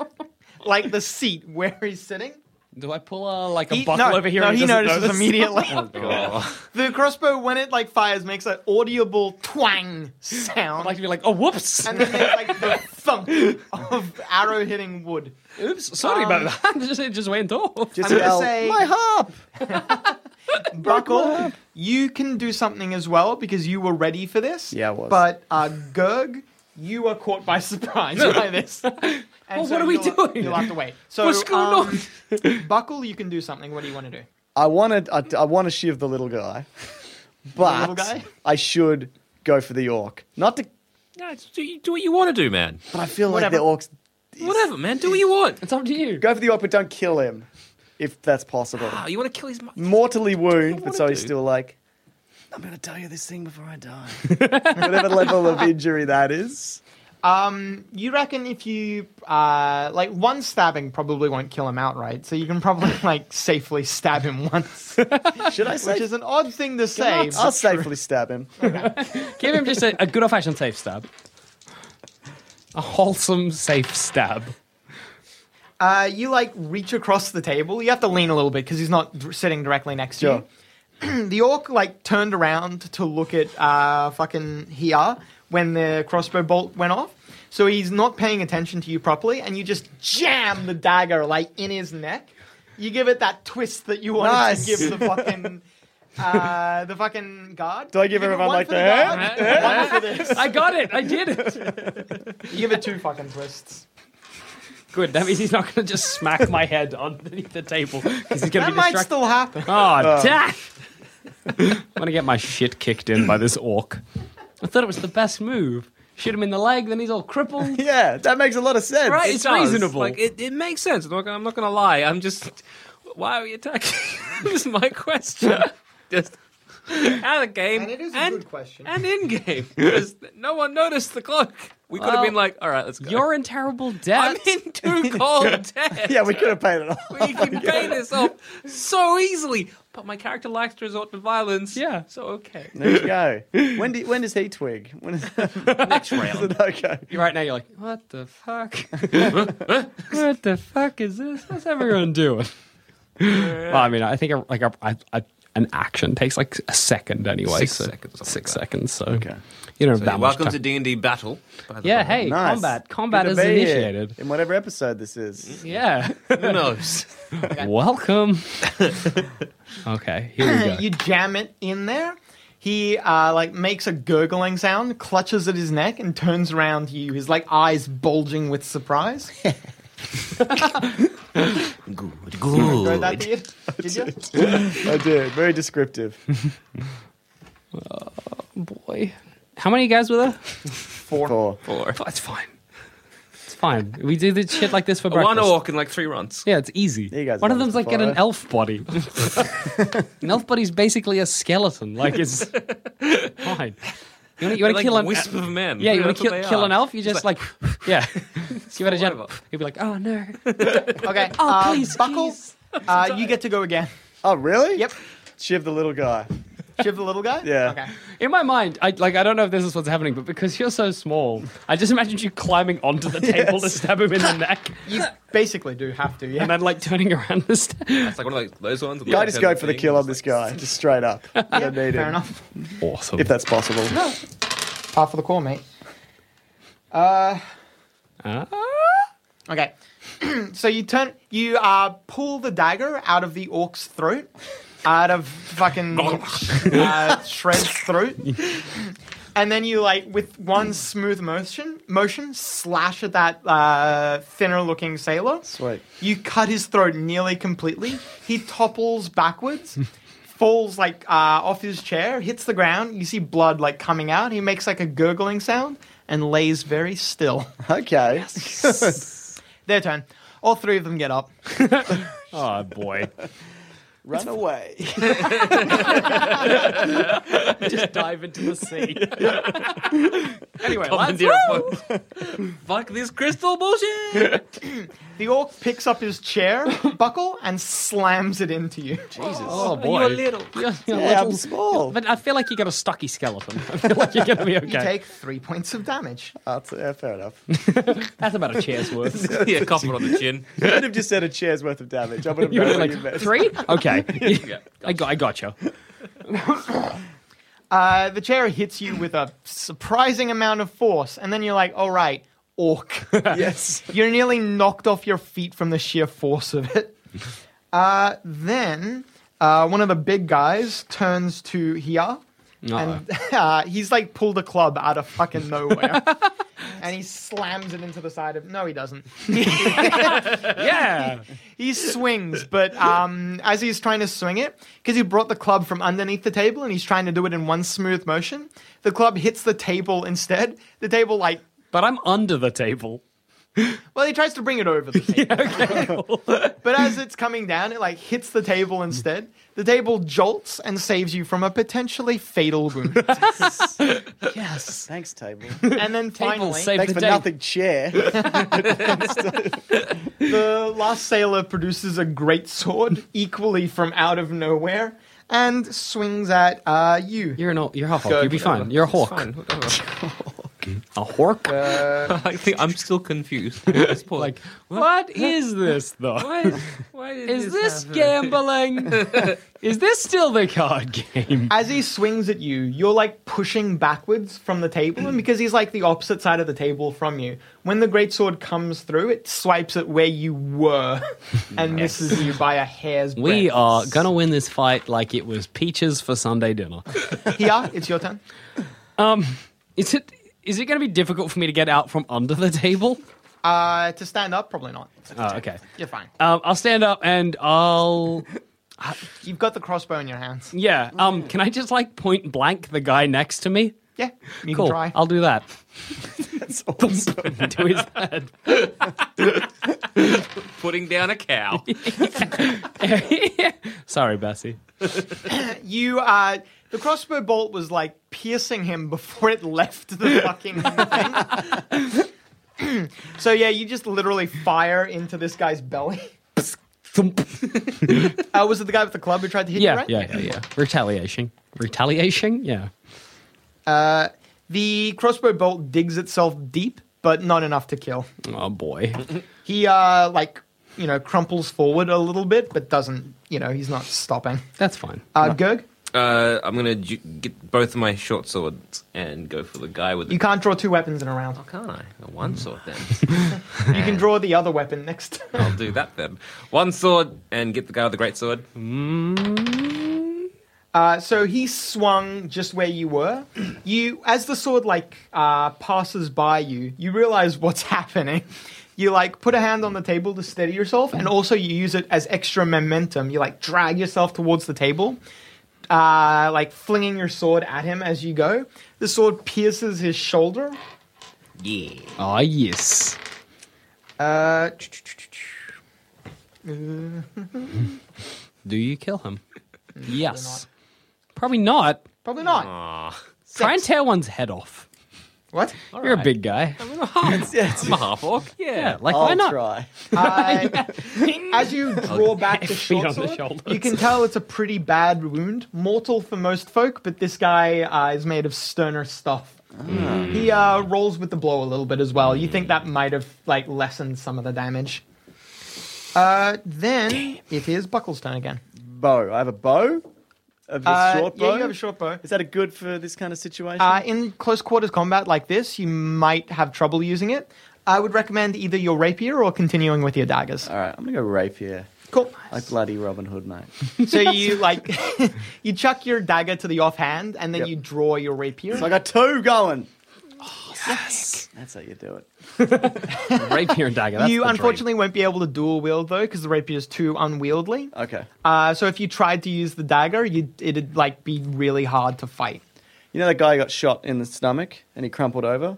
like the seat where he's sitting, Do I pull a, like a He- buckle no, over here? no, and he doesn't notices notice? immediately. oh god! The crossbow, when it like fires, makes an audible twang sound, I'd like to be like, oh whoops! and then there's like the thump of arrow hitting wood. Oops, sorry about that. It just, it just went off. Just I'm gonna yell, say- my harp. Buckle, you can do something as well because you were ready for this. Yeah, I was. But uh, Gerg, you are caught by surprise by this. And Well, what are we you'll- doing? You'll have to wait. So, What's going on? Buckle, you can do something. What do you want to do? I wanted. I, I want to shiv the little guy, but little guy? I should go for the orc. Not to, No, it's- do, do what you want to do, man. but I feel Whatever. like the orcs Whatever, man. Do what you want. It's up to you. go for the orc, but don't kill him, if that's possible. Ah, Oh, you want to kill his mother? Mortally wound, but wanna so he's do? still like, I'm gonna tell you this thing before I die. Whatever level of injury that is. Um, you reckon if you uh, like one stabbing probably won't kill him outright, so you can probably like safely stab him once, Should I say? which is an odd thing to say. but- I'll safely stab him. Give him just a, a good old fashioned safe stab. A wholesome safe stab. Uh, you like reach across the table. You have to lean a little bit because he's not dr- sitting directly next to you. the orc like turned around to look at uh, fucking here when the crossbow bolt went off. So he's not paying attention to you properly, and you just jam the dagger like in his neck. You give it that twist that you wanted Nice. to give the fucking uh, the fucking guard. Do I give You it everyone one like for that? guard, I one for this. got it. I did it. You give it two fucking twists. Good. That means he's not going to just smack my head underneath the table because he's going to That be might distracted. still happen. oh, damn! I'm going to get my shit kicked in by this orc. I thought it was the best move. Shoot him in the leg, then he's all crippled. Yeah, that makes a lot of sense. Right, It it's does. reasonable. Like it, it makes sense. I'm not, gonna, I'm not gonna lie. I'm just. Why are we attacking? this is my question. Just out of game And it is a and, good question. and in game. Because no one noticed the clock. We could have Well, been like, all right, let's go. You're in terrible I'm debt. in two cold dead. Yeah, we could have paid it off. You can pay this off so easily, but my character likes to resort to violence. Yeah. so okay. There you go. When, do, when does he twig? When is, Next round. Okay. right now you're like, what the fuck? what the fuck is this? What's everyone doing? well, I mean, I think a, like a, a, a, an action takes like a second anyway. Six so- seconds, something Six like seconds. So Okay. you don't have So that much welcome time. to D and D battle. by the yeah, way. hey, Nice. combat. Combat Good is to be here initiated. In whatever episode this is. Yeah. Who knows? welcome. okay, here we go. you jam it in there. He uh, like makes a gurgling sound, clutches at his neck, and turns around to you. His like eyes bulging with surprise. Good, Throw good. that to you. Did you? I did. Very descriptive. Boy. How many guys were there? Four. Or It's fine. It's fine. We do the shit like this for breakfast. one orc in like three runs. Yeah, it's easy. You guys One of know them's this like got an before. elf body. an elf body's basically a skeleton. Like it's fine. You want to They're like kill an e-, wisp of men. yeah, you want That's to what kill, they kill are. an elf? You just like, yeah, give it a whatever. jump. You'll be like, oh no, Okay. oh uh, please, buckle. please. Uh, you get to go again. Oh, really? Yep. Shiv the little guy. Shiv the little guy. Yeah. Okay. In my mind, I like I don't know if this is what's happening, but because you're so small, I just imagined you climbing onto the table to stab him in the neck, You basically do have to. Yeah. and then like turning around the stab. It's like one of those, those ones. I just go for the kill on this guy, just straight up. I don't need Fair him, enough. Awesome. if that's possible. Par for the call, mate. Ah. Okay. so you turn, you uh, pull the dagger out of the orc's throat, out of fucking uh, Shred's throat, and then you like with one smooth motion, motion slash at that uh, thinner-looking sailor. Sweet. You cut his throat nearly completely. He topples backwards, falls like uh, off his chair, hits the ground. You see blood like coming out. He makes like a gurgling sound and lays very still. Okay. Their turn. All three of them get up. Oh boy. Run away. Just dive into the sea. Anyway, lads, Commandeer appointment. Fuck this crystal bullshit. the orc picks up his chair buckle and slams it into you. Oh boy, You're little. You're- you're Yeah, I'm little. small. But I feel like you got a stocky skeleton. I feel like you're gonna be okay. You take three points of damage. That's, Oh, yeah, fair enough. That's about a chair's worth. yeah, a couple on the chin. I would have just said a chair's worth of damage. I would have You were known like what you meant. three? Okay, Yeah. I got, I got you. Uh, the chair hits you with a surprising amount of force, and then you're like, all right, orc. Yes. You're nearly knocked off your feet from the sheer force of it. Uh, then uh, one of the big guys turns to Hia, and uh, he's like pulled a club out of fucking nowhere. And he slams it into the side of. No, he doesn't. Yeah. He swings, but um, as he's trying to swing it, because he brought the club from underneath the table and he's trying to do it in one smooth motion, the club hits the table instead. The table, like, But I'm under the table. Well, he tries to bring it over the table. but as it's coming down, it like hits the table instead. The table jolts and saves you from a potentially fatal wound. yes. Thanks, table. And then Table finally, saved Thanks the for day. nothing, chair. the last sailor produces a great sword, equally from out of nowhere, and swings at uh, you. You're an old, you're a hawk. Good. You'll be fine. You're a hawk. A hawk. I think I'm still confused. at this point. like what is this though? why? Why uh, did Is this happen? gambling? is this still the card game? As he swings at you, you're like pushing backwards from the table, and because he's like the opposite side of the table from you, when the greatsword comes through, it swipes at where you were and misses you by a hair's breadth. We are gonna win this fight like it was peaches for Sunday dinner. Here, it's your turn. Is it? Is it gonna be difficult for me to get out from under the table? Uh, to stand up, probably not. Oh, okay. You're fine. Um, I'll stand up and I'll. You've got the crossbow in your hands. Yeah. Um. Can I just like point blank the guy next to me? Yeah, you Cool. can try. I'll do that. That's awesome. Do his head. putting down a cow? Sorry, Bessie. You, uh, the crossbow bolt was like piercing him before it left the fucking thing. so yeah, you just literally fire into this guy's belly. Uh, was it the guy with the club who tried to hit you, Yeah, right? yeah, yeah, yeah. Retaliation. Retaliation? Yeah. Uh, The crossbow bolt digs itself deep, but not enough to kill. Oh boy. He, uh, like, you know, crumples forward a little bit, but doesn't, you know, he's not stopping. That's fine. Uh, Gerg, Uh, I'm gonna ju- get both of my short swords and go for the guy with the. you can't draw two weapons in a round. Oh, can't I? A One sword then. You can draw the other weapon next. I'll do that then. One sword and get the guy with the great sword. Uh, so he swung just where you were. You, as the sword like uh, passes by you, you realize what's happening. You like put a hand on the table to steady yourself, and also you use it as extra momentum. You like drag yourself towards the table, uh, like flinging your sword at him as you go. The sword pierces his shoulder. Yeah. Ah, yes. Uh, Do you kill him? Mm, Yes. Probably not. probably not. Try and tear one's head off. What? You're a big guy. I'm a half orc. Yeah. Yeah, like why I'll not? try. Uh, as you draw back the Feet short on the sword, shoulders. you can tell it's a pretty bad wound, mortal for most folk, but this guy uh, is made of sterner stuff. Hmm. He uh, rolls with the blow a little bit as well. You think that might have like lessened some of the damage. Uh, then it is Buckle's turn again. Bow. I have a bow. Of this Uh, short bow. yeah, you have a short bow. Is that a good for this kind of situation? Uh, in close quarters combat like this, you might have trouble using it. I would recommend either your rapier or continuing with your daggers. All right, I'm gonna go rapier. Cool. Like bloody Robin Hood, mate. So you like you chuck your dagger to the offhand and then Yep. you draw your rapier. So I got two going. Oh, That's how you do it. Rapier and dagger. That's you the dream. unfortunately won't be able to dual wield though because the rapier is too unwieldy. Okay. Uh, so if you tried to use the dagger, you'd, it'd like be really hard to fight. You know that guy who got shot in the stomach and he crumpled over?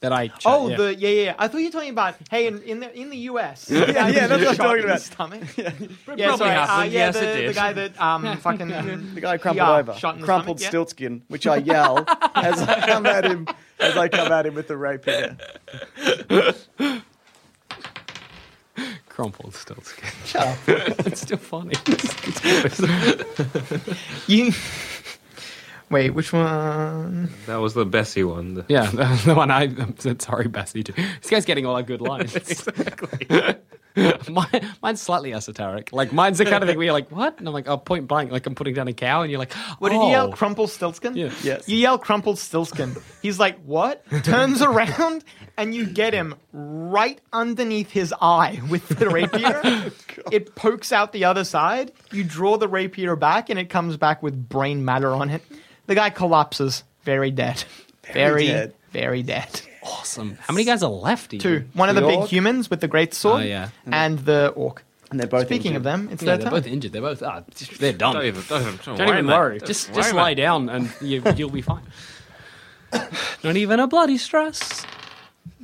that I. oh, yeah. the yeah, yeah. yeah. I thought you were talking about hey in, in the in the US. yeah, that's what I'm Shot talking in the about. Stomach. yeah, yeah probably sorry. Uh, happened. yeah, Yes, the, it did. the guy that um fucking The guy crumpled Yeah, over. shot in the crumpled stomach, yeah. Stiltskin, which I yell as I come at him as I come at him with the rapier. Crumpled still Oh. it's still funny. You. Wait, which one? That was the Bessie one. The- yeah, the, the one I I'm so sorry, Bessie. Too. This guy's getting all our good lines. Mine, mine's slightly esoteric. Like mine's the kind of thing where you're like, "What?" And I'm like, "Oh, point blank." Like I'm putting down a cow, and you're like, What did oh. you yell? Crumplestiltskin? Yeah. Yes. You yell Crumplestiltskin. He's like, what? Turns around and you get him right underneath his eye with the rapier. it pokes out the other side. You draw the rapier back and it comes back with brain matter on it. The guy collapses, very dead. Very, very dead. dead. Awesome. How many guys are left? even? Two. One of the The big orc? humans with the great sword Oh, yeah. and the orc. And they're both Speaking injured. of them, it's Yeah, their they're time. both injured. They're both. Ah, just- they're dumb. Don't even, don't even, don't Don't worry, even mate. worry. Don't Just worry, just mate. lie down and you, you'll be fine. Not even a bloody stress.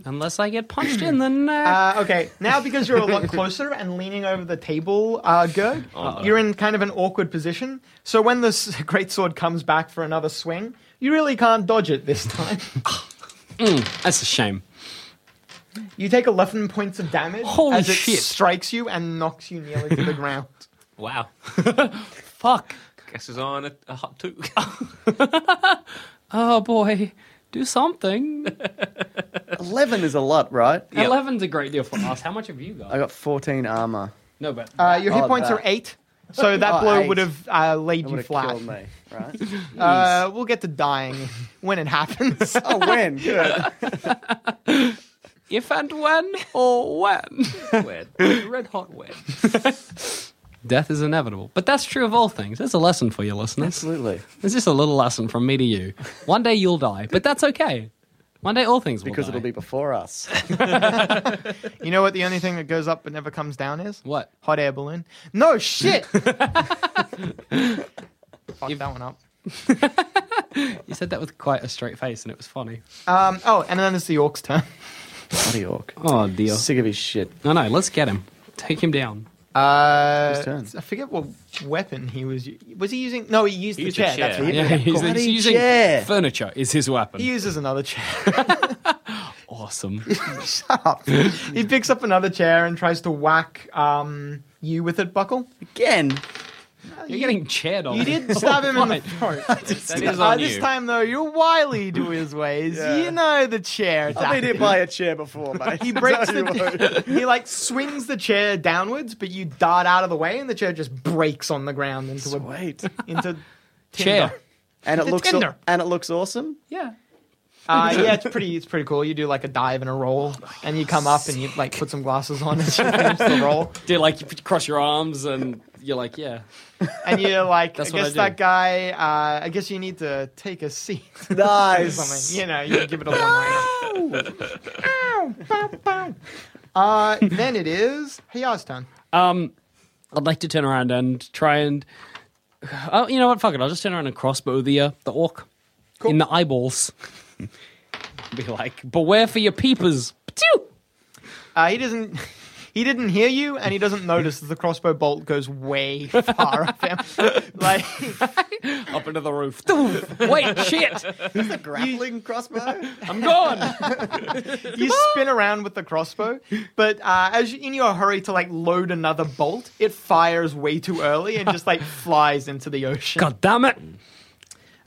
Unless I get punched in the neck. Uh, okay, now because you're a lot closer and leaning over the table, uh, Gerg, Oh, you're in kind of an awkward position. So when this great sword comes back for another swing, you really can't dodge it this time. That's a shame. You take 11 points of damage Holy as it shit. strikes you and knocks you nearly to the ground. Wow. Fuck. Guess is on a, a hot two. Oh boy. Do something. Eleven is a lot, right? Eleven's a great deal for us. How much have you got? I got fourteen armor. No, but Uh, your hit Oh, points that. are 8, so that Oh, blow eight. would have uh, laid It you would have flat. killed me, right? Uh, we'll get to dying when it happens. oh, when? Good. if and when or when. Wed. Red hot wed. Death is inevitable. But that's true of all things. That's a lesson for your listeners. Absolutely. It's just a little lesson from me to you. One day you'll die, but that's okay. One day all things will Because die. it'll be before us. you know what the only thing that goes up but never comes down is? What? Hot air balloon. No shit! Fuck that one up. You said that with quite a straight face, and it was funny. Um, oh, and then it's the orc's turn. Bloody orc. Oh dear! Sick of his shit. No, no, let's get him. Take him down. Uh, Whose turn? I forget what weapon he was. u- Was he using? No, he used the used a chair. chair. That's right. Yeah, he's, bloody he's using chair. furniture is his weapon. He uses another chair. awesome. he picks up another chair and tries to whack um, you with it, Buckle. Again. You're getting chaired on. You did stab him in the throat. That is Uh, on this you. time, though, you're wily to his ways. Yeah. You know the chair. I've been tactic. hit by a chair before, mate. He breaks the. he like swings the chair downwards, but you dart out of the way, and the chair just breaks on the ground into Wait. a into Chair. tinder. And it The looks Tinder. and it looks awesome. Yeah. Uh, yeah, it's pretty. It's pretty cool. You do like a dive and a Oh, roll, and you come up and you like put some glasses on and you finish the roll. Do like you cross your arms and you're like, yeah. And you're like, I That's what I guess do. that guy. Uh, I guess you need to take a seat. or Nice. something. You know, you give it a one liner. Ow, bow, bow. Uh, then it is Hayar's turn. Um, I'd like to turn around and try and. Oh, you know what? Fuck it. I'll just turn around and crossbow the uh, the orc in the eyeballs. Be like, beware for your peepers. Ptew! Uh, he doesn't. He didn't hear you, and he doesn't notice that the crossbow bolt goes way far up him. Like Up into the roof. Wait, shit! Grappling crossbow. I'm gone. you spin around with the crossbow, but uh, as you, in your hurry to like load another bolt, it fires way too early and just like flies into the ocean. God damn it!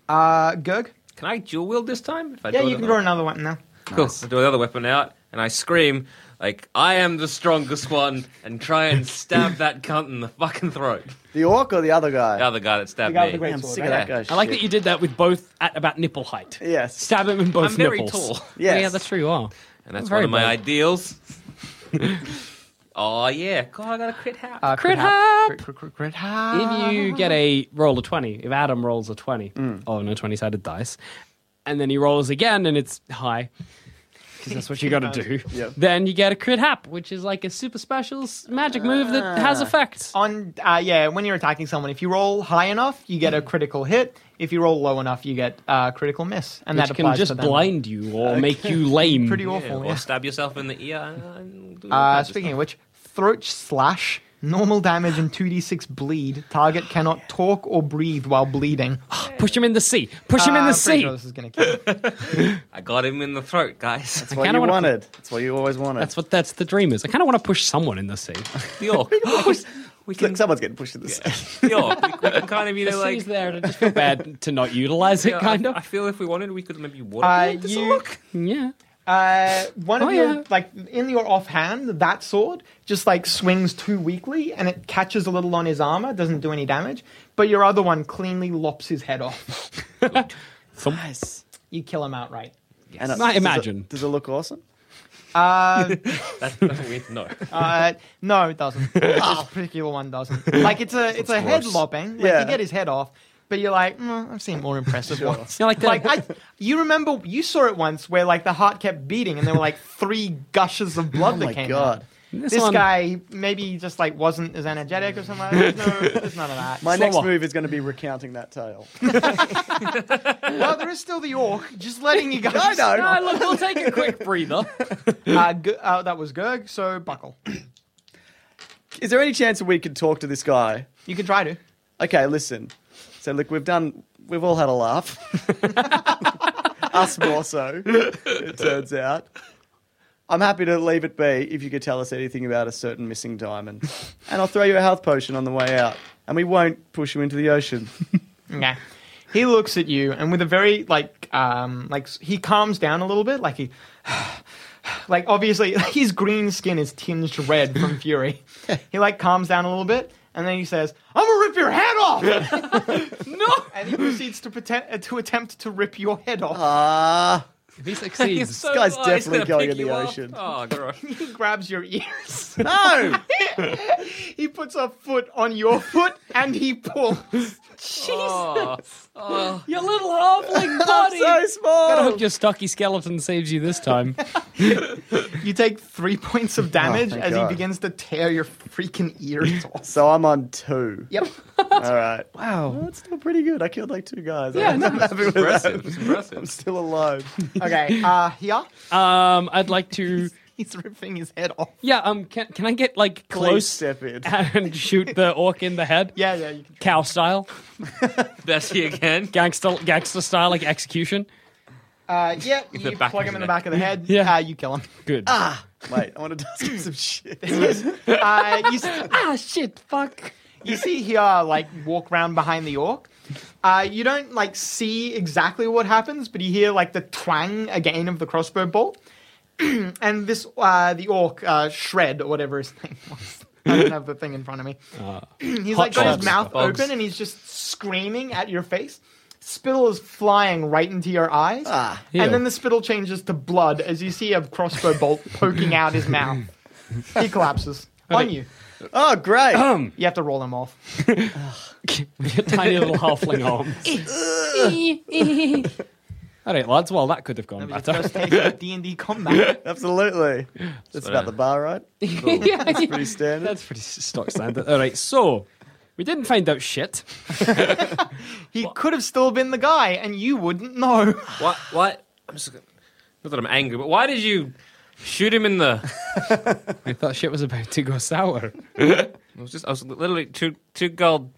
Uh, Gerg, Can I dual wield this time? If I yeah, draw you the- can draw another one now. Cool. I draw the other weapon out and I scream, like, I am the strongest one, and try and stab that cunt in the fucking throat. The orc or the other guy? The other guy that stabbed guy me. with the great I'm sword, sick right? of that guy. I like that you did that with both at about nipple height. Yes. Stab him in both I'm nipples. very tall. Yes. Yeah, that's true. You are. And that's Very one of my bold. ideals. oh, yeah. God, I got a crit hat. Uh, Crit hap. Crit, crit, crit, crit hap. If you get a roll of 20, if Adam rolls a 20 on a 20 sided dice, and then he rolls again and it's high, because that's what you got to do, Yep. then you get a crit hap, which is like a super special s- magic move that has effects. on uh, yeah, when you're attacking someone, if you roll high enough, you get a Hmm. critical hit. If you roll low enough, you get a uh, critical miss, and Which that can applies just to them. blind you or make you lame. Pretty Yeah, awful. or yeah. stab yourself in the ear. I- I- I do all Uh, kinds of speaking stuff. of which, throat slash Normal damage and 2d6 bleed. Target cannot talk or breathe while bleeding. Push him in the sea. Push him in Uh, the I'm pretty sea. sure this is gonna kill. I got him in the throat, guys. I That's what kinda you wanna- wanted. That's what you always wanted. That's what that's the dream is. I kind of want to push someone in the sea. The orc. we Look, can, someone's getting pushed to the side. the orc. We, we can kind of, you The know, like. sea's there. and I just feel bad to not utilize it. yeah, kind I, of. I feel if we wanted, we could maybe water Uh, this you- orc. yeah. Uh, one of Oh, your, yeah. like, in your offhand, that sword just, like, swings too weakly and it catches a little on his armor, doesn't do any damage, but your other one cleanly lops his head off. Nice. You kill him outright. And it- I does it- imagine. Does it, look awesome? That's, that's weird. No. Uh, no, it doesn't. this particular one doesn't. Like, it's a, it's a head lopping. Like, Yeah. you get his head off, but you're like, mm, I've seen more impressive ones. Yeah, like the, like I, you remember you saw it once where like the heart kept beating and there were like three gushes of blood Oh that my came god. out. this, This, one- guy maybe just like wasn't as energetic or something. There's, no, there's none of that. My next Slower. move is going to be recounting that tale. well, there is still the orc. Just letting you guys. I know. Ah, No, look, we'll take a quick breather. Uh, G- uh, that was Gerg. So buckle. Is there any chance that we could talk to this guy? You can try to. Okay, listen. So look, we've done. We've all had a laugh. Us more so. It turns out. I'm happy to leave it be if you could tell us anything about a certain missing diamond, and I'll throw you a health potion on the way out, and we won't push you into the ocean. Okay. He looks at you and with a very like um like s- he calms down a little bit like he like obviously his green skin is tinged red from fury. he like calms down a little bit and then he says, "I'm gonna rip your head off." no. And he proceeds to pretend uh, to attempt to rip your head off. Ah, If he succeeds, So guy's low, he's definitely gonna going pick in the you up. ocean. Oh, gosh. he grabs your ears. no! he puts a foot on your foot and he pulls. Oh, oh. your little halfling body. so I small. hope your stocky skeleton saves you this time. You take 3 points of damage thank as God. he begins to tear your freaking ears off. So I'm on two. Yep. All right. Wow, that's still pretty good. I killed like two guys. Yeah, I'm happy with Impressive. that. It's impressive. I'm still alive. Okay, uh, here. Um, I'd like to. He's ripping his head off. Yeah. Um. Can, can I get like Please close step in. and shoot the orc in the head? Yeah, yeah, you can. Cow style, Bessie again. gangster, gangster style, like execution. Uh, yeah, the you back plug of him in the the back of the head. Yeah. uh, you kill him. Good. Wait, I want to do some shit. Uh, you see, ah, shit, fuck. You see here, like walk round behind the orc. Uh, you don't like see exactly what happens, but you hear like the twang again of the crossbow bolt, and this uh, the orc uh, shred or whatever his name was. I don't have the thing in front of me. he's like got Ah. dogs. his mouth Bugs. open and he's just screaming at your face. Spittle is flying right into your eyes, Ew. and then the spittle changes to blood as you see a crossbow bolt poking out his mouth. He collapses on you. Oh, great. You have to roll him off. With your tiny little halfling arms. All right, lads. Well, that could have gone better. First taste of D and D combat. Absolutely. That's about the bar, right? yeah, yeah. Pretty standard. That's pretty s- stock standard. All right, so we didn't find out shit. He could have still been the guy, and you wouldn't know. Why? Why? I'm just gonna, not that I'm angry, but why did you shoot him in the? We thought shit was about to go sour. I was just. I was literally two two gold.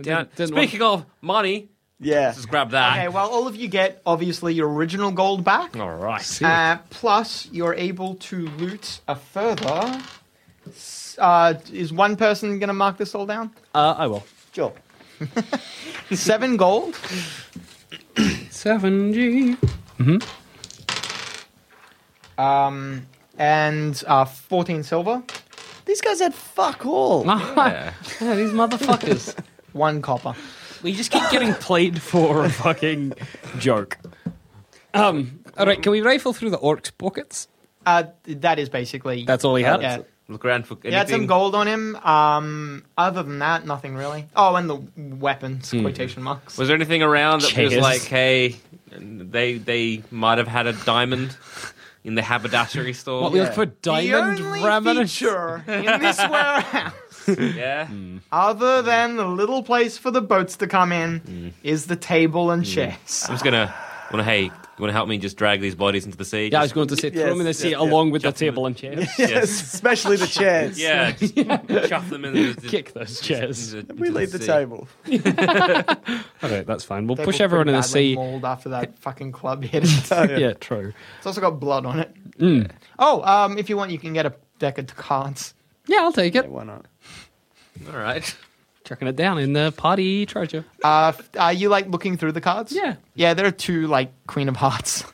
Down. didn't want- Speaking of money, yeah. let's grab that. Okay, well, all of you get obviously your original gold back. Oh, All right. Uh, plus, you're able to loot a further. S- Uh, is one person going to mark this all down? Uh, I will. Sure. Seven gold. Seven G. Um, and uh, 14 silver. These guys had fuck all. Ah, Yeah. these motherfuckers. One copper. we just keep getting played for a fucking joke. Um. All right, can we rifle through the orc's pockets? Uh, that is basically. That's all he had. Yeah. Look around for anything. He had some gold on him. Um, other than that, nothing really. Oh, and the weapons, Hmm. quotation marks. Was there anything around that was Cheers. like, hey, they they might have had a diamond in the haberdashery store? What we look for diamond the only remnants. feature in this warehouse, yeah. other than the little Hmm. place for the boats to come in, is the table and chairs. I'm just gonna. Wanna, hey, You want to help me just drag these bodies into the sea? Yeah, I was Just- going to say, throw Yes, them in the yes, sea yes. along with the table and chairs. Yes, especially the chairs. yeah, just chuck them in the, the Kick those chairs. into We into leave the sea. table. All right, that's fine. We'll They push were everyone in the pretty badly sea. Oh, Mauled after that fucking club hit it. Yeah, true. Mm. It's also got blood on it. Oh, um, if you want, you can get a deck of cards. Yeah, I'll take it. Why not? All right. Chucking it down in the party treasure. Uh, f- are you like looking through the cards? Yeah. Yeah, there are two like Queen of Hearts.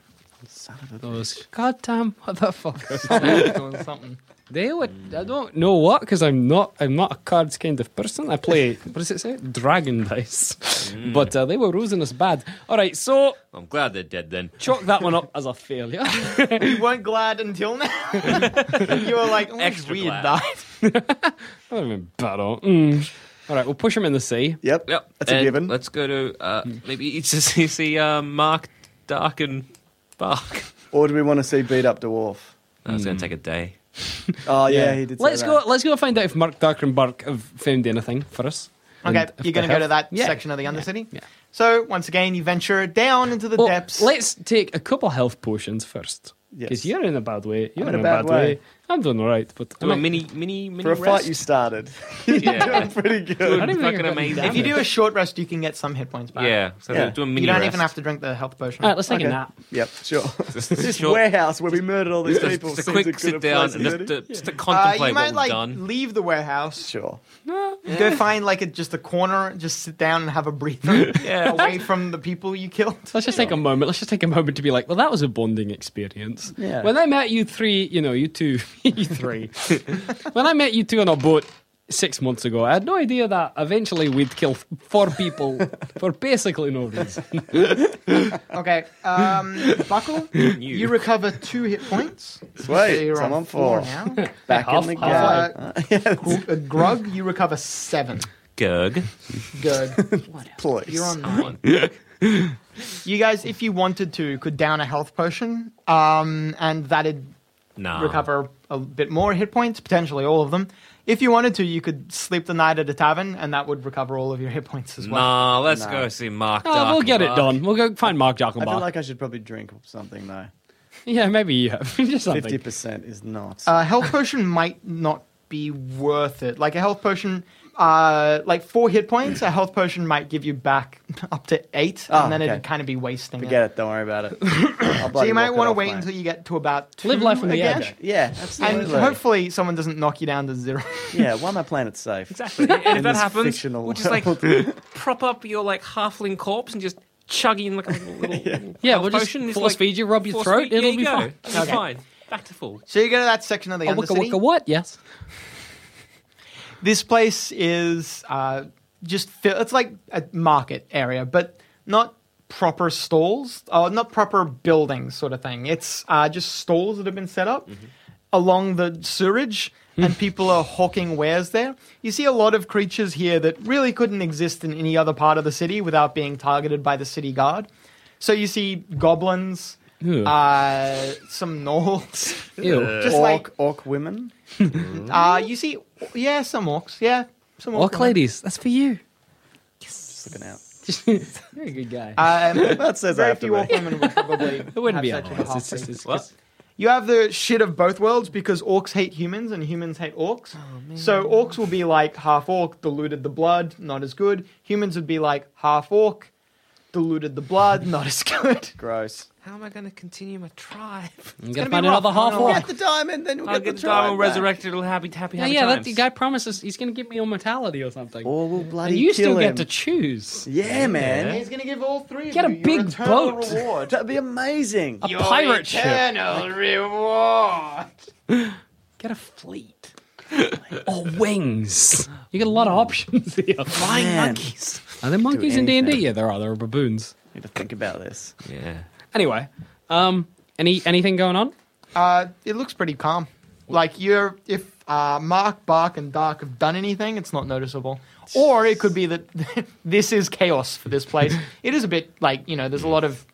Those goddamn motherfuckers. Doing something. they were. I don't know what because I'm not. I'm not a cards kind of person. I play. What does it say? Dragon dice. Mm. But uh, they were losing us bad. All right, so I'm glad they're dead then. chalk that one up as a failure. You weren't glad until now. you were like, oh, Extra weird glad. died. I don't even battle. Mm. All right, we'll push him in the sea. Yep. Yep. That's a and given. Let's go to uh, maybe it's just you see uh, Mark Dark and Bark. Or do we want to see beat up dwarf? That's it's gonna take a day. Oh yeah, he did. say Let's that. go. Let's go find out if Mark Dark and Burke have found anything for us. And Okay, if you're going they to go to have- that Yeah. section of the Undercity. yeah. So once again, you venture down into the Well, depths. Let's take a couple health potions first. Yes. Because you're in a bad way. You're I'm in, a bad, way. way. I'm doing all right, but Do a mini, mini, mini For a rest. fight you started. yeah. Pretty I good. don't even think fucking I've got any amazing. damage. if you do a short rest, you can get some hit points back. yeah. So Yeah. do a mini. You don't rest. even have to drink the health potion. all right, let's take Okay. a nap. Yep. Sure. Just short- Warehouse where we murdered all these just, people. just a seems quick good sit place down to and just do it. to, just to uh, contemplate you what might we've like done. leave the warehouse, Sure. go find like a, just a corner, just sit down and have a breather Yeah. away from the people you killed. Let's just take a moment. Let's just take a moment to be like, well, that was a bonding experience. Yeah. When I met you three, you know, you two, you three. when I met you two on a boat six months ago, I had no idea that eventually we'd kill four people for basically no reason. Okay, um, Buckle, you. recover two hit points. Sweet, you're so I'm on four. now. Back in the game. half yes, Gr- uh, Grug, you recover seven. Gerg. Good. please. You're on nine. Someone. You guys, if you wanted to, could down a health potion, um, and that'd Nah. recover a bit more hit points, potentially all of them. If you wanted to, you could sleep the night at a tavern, and that would recover all of your hit points as well. Nah. Let's go see Mark. Ah, Dark we'll and get it Bark. done. We'll go find Mark Jackal I feel Bark. like I should probably drink something though. yeah, maybe you have. just something. Fifty percent is not. A health potion might not be worth it. Like a health potion, uh, like four hit points, a health potion might give you back up to eight, Oh, and then okay. it'd kind of be wasting Forget it. it. Don't worry about it. So you might want to wait until you get to about two Live life on the again, edge. Yeah, and absolutely. hopefully someone doesn't knock you down to zero. yeah, why am I playing it safe? Exactly. And if that this happens, fictional we'll just like prop up your like halfling corpse and just chug in like a little, little yeah, we'll just potion. It's force like- feed you, rub your force throat. feed- It'll yeah, be you go. fine. It'll be fine. Back to full. so you go to that section of the Oh, undercity. waka waka what? Yes. this place is uh, just fi- it's like a market area, but not proper stalls or not proper buildings sort of thing. It's uh, just stalls that have been set up Mm-hmm. along the sewerage, and people are hawking wares there. You see a lot of creatures here that really couldn't exist in any other part of the city without being targeted by the city guard. So you see goblins, Ew. uh, some gnolls. Ew. Just orc, like orc women. uh, you see, yeah, some orcs, yeah, some orc Walk, women. ladies. That's for you. Just looking out. You're a good guy. Um, That says I very have to few orc be. women would probably. it wouldn't have be sex with otherwise. a It's just, halfling. it's, What? You have the shit of both worlds because orcs hate humans and humans hate orcs. so orcs will be like half orc, diluted the blood, not as good. Humans would be like half orc, diluted the blood, not as good. Gross. How am I going to continue my tribe? I'm gonna be find rough. another I half don't know. orc. Get the diamond, then we'll I'll get, get the tribe diamond back. resurrected. It'll happy, happy, Yeah, happy yeah. That times. the guy promises he's going to give me immortality or something. Or we'll Oh, bloody and you kill still him. get to choose. Yeah, man. He's gonna give all three. Get a of you your big eternal boat. Reward. That'd be amazing. A pirate ship. Eternal reward. Get a fleet. or wings. You get a lot of options here. Flying monkeys. Are there monkeys in D and D? anything. Yeah, there are. There are baboons. Need to think about this. Yeah. Anyway, um, any anything going on? Uh, it looks pretty calm. Like you're, if uh, Mark, Bark, and Dark have done anything, it's not noticeable. Or it could be that this is chaos for this place. It is a bit like you know, there's a lot of,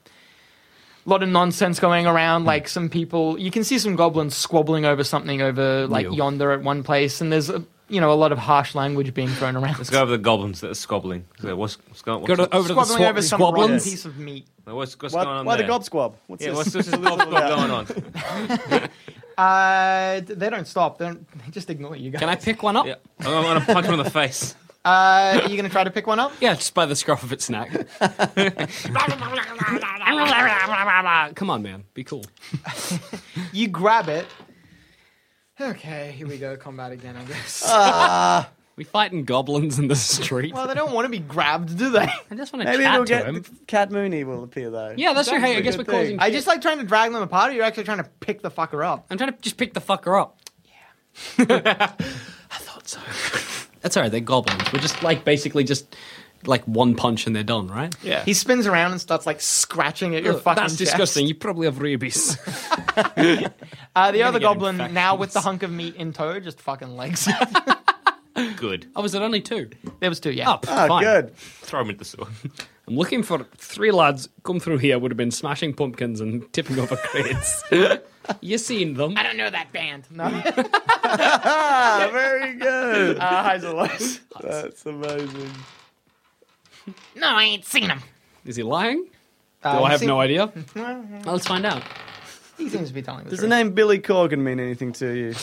lot of nonsense going around. Like some people, you can see some goblins squabbling over something over like Ew. yonder at one place, and there's a you know, a lot of harsh language being thrown around. Let's go over the goblins that are squabbling. So what's, what's, going, Go what's, to, over to the Squabbling over swap- some rotten squabblins. piece of meat. what's, what's Why, going on why the there? gob squab? What's yeah, this? what's this gob squab going on? Uh, they don't stop. They, don't, they just ignore you guys. Can I pick one up? Yeah, Yeah. I'm gonna punch him in the face. Uh, are you going to try to pick one up? just by the scruff of its neck. Come on, man. Be cool. You grab it. Okay, here we go. Combat again, I guess. We fighting goblins in the street. Uh, well, they don't want to be grabbed, do they? I just want to Maybe it'll chat to get him. Cat Mooney will appear though. Yeah, that's right. Hey, I guess we're Good causing. thing. I just like trying to drag them apart, or you're actually trying to pick the fucker up. I'm trying to just pick the fucker up. Yeah. I thought so. That's all right. They're goblins. We're just like basically just like one punch and they're done, right? Yeah. He spins around and starts like scratching at your Ugh, fucking That's chest. disgusting. You probably have rabies. Uh, the You're other gonna get goblin, now with the infections. hunk of meat in tow, just fucking legs. Good. oh, was it only two? there was two, yeah. Up. Ah, good. Throw him into the sewer. I'm looking for three lads come through here would have been smashing pumpkins and tipping over crates. you seen them? I don't know that band. No. Ah, very good. Uh, highs or lows. That's amazing. No, I ain't seen him. Is he lying? Uh, Oh, he I have seem- no idea. Well, let's find out. He seems to be telling the Does the truth. name Billy Corgan mean anything to you?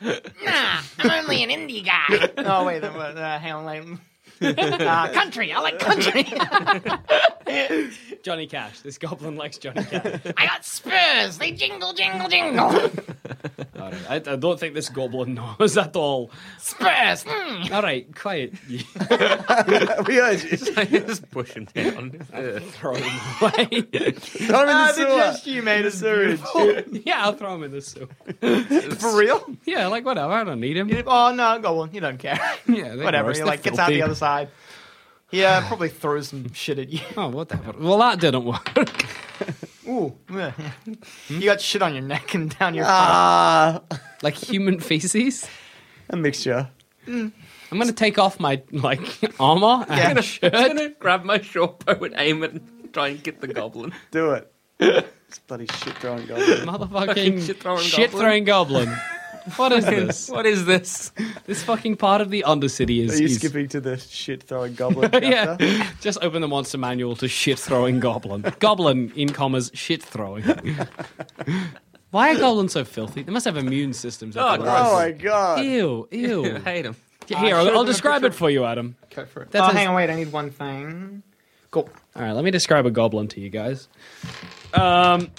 Nah, I'm only an indie guy. oh wait, then, what, uh, hang on, like uh, country. I like country. Johnny Cash. This goblin likes Johnny Cash. I got spurs. They jingle, jingle, jingle. all right. I, I don't think this goblin knows at all. Spurs. Mm. All right, quiet. You we heard you. just push him down. throw him away. Throw him in the Ah, the sewer. gesture you made is Sewage. yeah, I'll throw him in the soup. for real. Yeah, like whatever. I don't need him. Yeah, Oh no, go on. You don't care. they're Whatever. gross, He they're like gets out the filthy. other side. He uh, probably throws some shit at you. Oh, whatever. Well, that didn't work. Ooh, yeah. you got shit on your neck and down your. Ah, like human feces. a mixture. I'm gonna take off my like armor and Yeah. shirt. I'm gonna grab my short bow and aim it and try and get the goblin. Do it. It's bloody shit throwing goblin. Motherfucking shit shit-throwing throwing goblin. goblin. What is this? What is this? this fucking part of the Undercity Are is. you is- skipping to the shit throwing goblin? Yeah, chapter? just open the monster manual to shit throwing goblin. Goblin in commas shit throwing. Why are goblins so filthy? They must have immune systems. I Oh, think. gross. Oh my god. Ew, ew. I hate him. Here, I'll, I'll describe it for you, Adam. Go for it. That oh, is- hang on, wait. I need one thing. Cool. All right, let me describe a goblin to you guys. Um,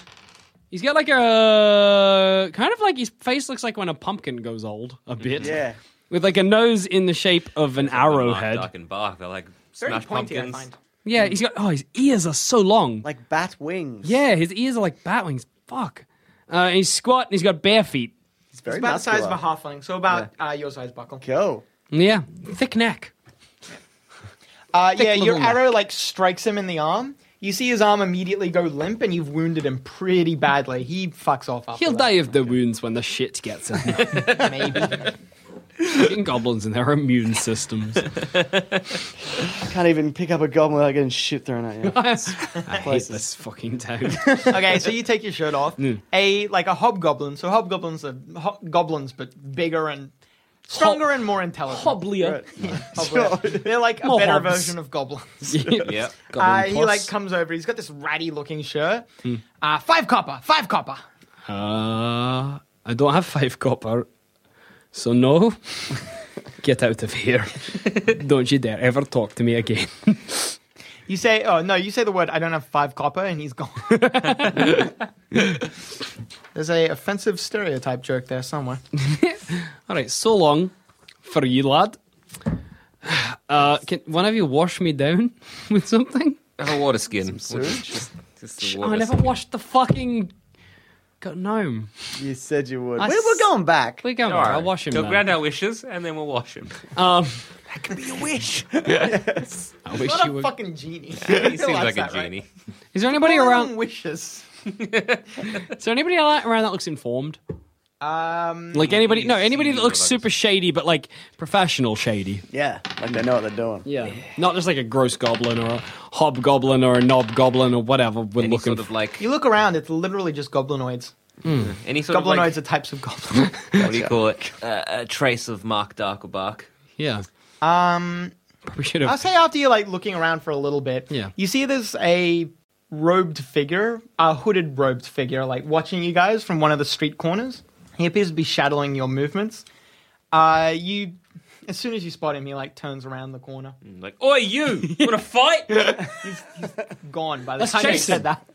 he's got like a kind of like his face looks like when a pumpkin goes old a Mm-hmm. bit. Yeah. With like a nose in the shape of an Duck arrowhead. and bark. They're like Very smash pointy, pumpkins. I find. Yeah, he's got. Oh, his ears are so long. Like bat wings. yeah, his ears are like bat wings. Fuck. Uh, and he's squat and he's got bare feet. It's very It's about the size of a muscular. halfling, so about uh, your size, Buckle. Go. Yeah, thick neck. Uh, yeah, little your neck. arrow like strikes him in the arm. You see his arm immediately go limp, and you've wounded him pretty badly. He fucks off. After He'll that. die of the wounds when the shit gets him. Maybe. Fucking goblins and their immune systems. I can't even pick up a goblin without getting shit thrown at you. I hate this fucking town. okay, so you take your shirt off. A like a hobgoblin. So hobgoblins are ho- goblins, but bigger and stronger and more intelligent. Hoblier. Hobgoblin. They're like a More better hobs. version of goblins. Yeah. Uh, he like comes over. He's got this ratty looking shirt. Uh, five copper. Five copper. Uh, I don't have five copper, so no. Get out of here. don't you dare ever talk to me again. You say, oh no, you say the word. I don't have five copper, and he's gone. There's a offensive stereotype joke there somewhere. All right, so long for you, lad. Uh, can one of you wash me down with something? Have a water skin. Just, just the water I never skin. washed the fucking got gnome. You said you would. I we were s- going back. We go. All right. I'll wash him. He'll now. grant our wishes and then we'll wash him. Um, Wish. I wish What you a were. fucking genie. He seems like a genie. Is there anybody around? wishes. Is there anybody ali- around that looks informed? Mm, Um, Like anybody? No, anybody that seen looks what I super shady, but like professional shady. Yeah. Like they know what they're doing. Yeah. Not just like a gross goblin or a hobgoblin or a knob goblin or whatever we're Any looking sort of for. like you look around; it's literally just goblinoids. Any sort Goblinoids of are types of goblin. like, what do you call it? Uh, a trace of Mark Darklebark. Yeah. um, Probably should I'll have. say after you're like looking around for a little bit, Yeah. you see there's a robed figure, a hooded robed figure, like watching you guys from one of the street corners. He appears to be shadowing your movements. Uh, you, as soon as you spot him, he like turns around the corner. Mm. Like, oi, you! Want to fight? Gone by the Let's time you chase him. said that.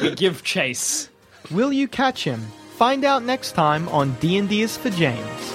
We give chase. Will you catch him? Find out next time on D&D is for James.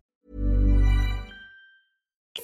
you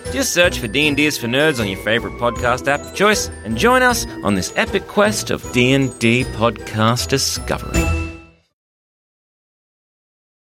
Just search for D&D's for Nerds on your favorite podcast app of choice and join us on this epic quest of D&D podcast discovery.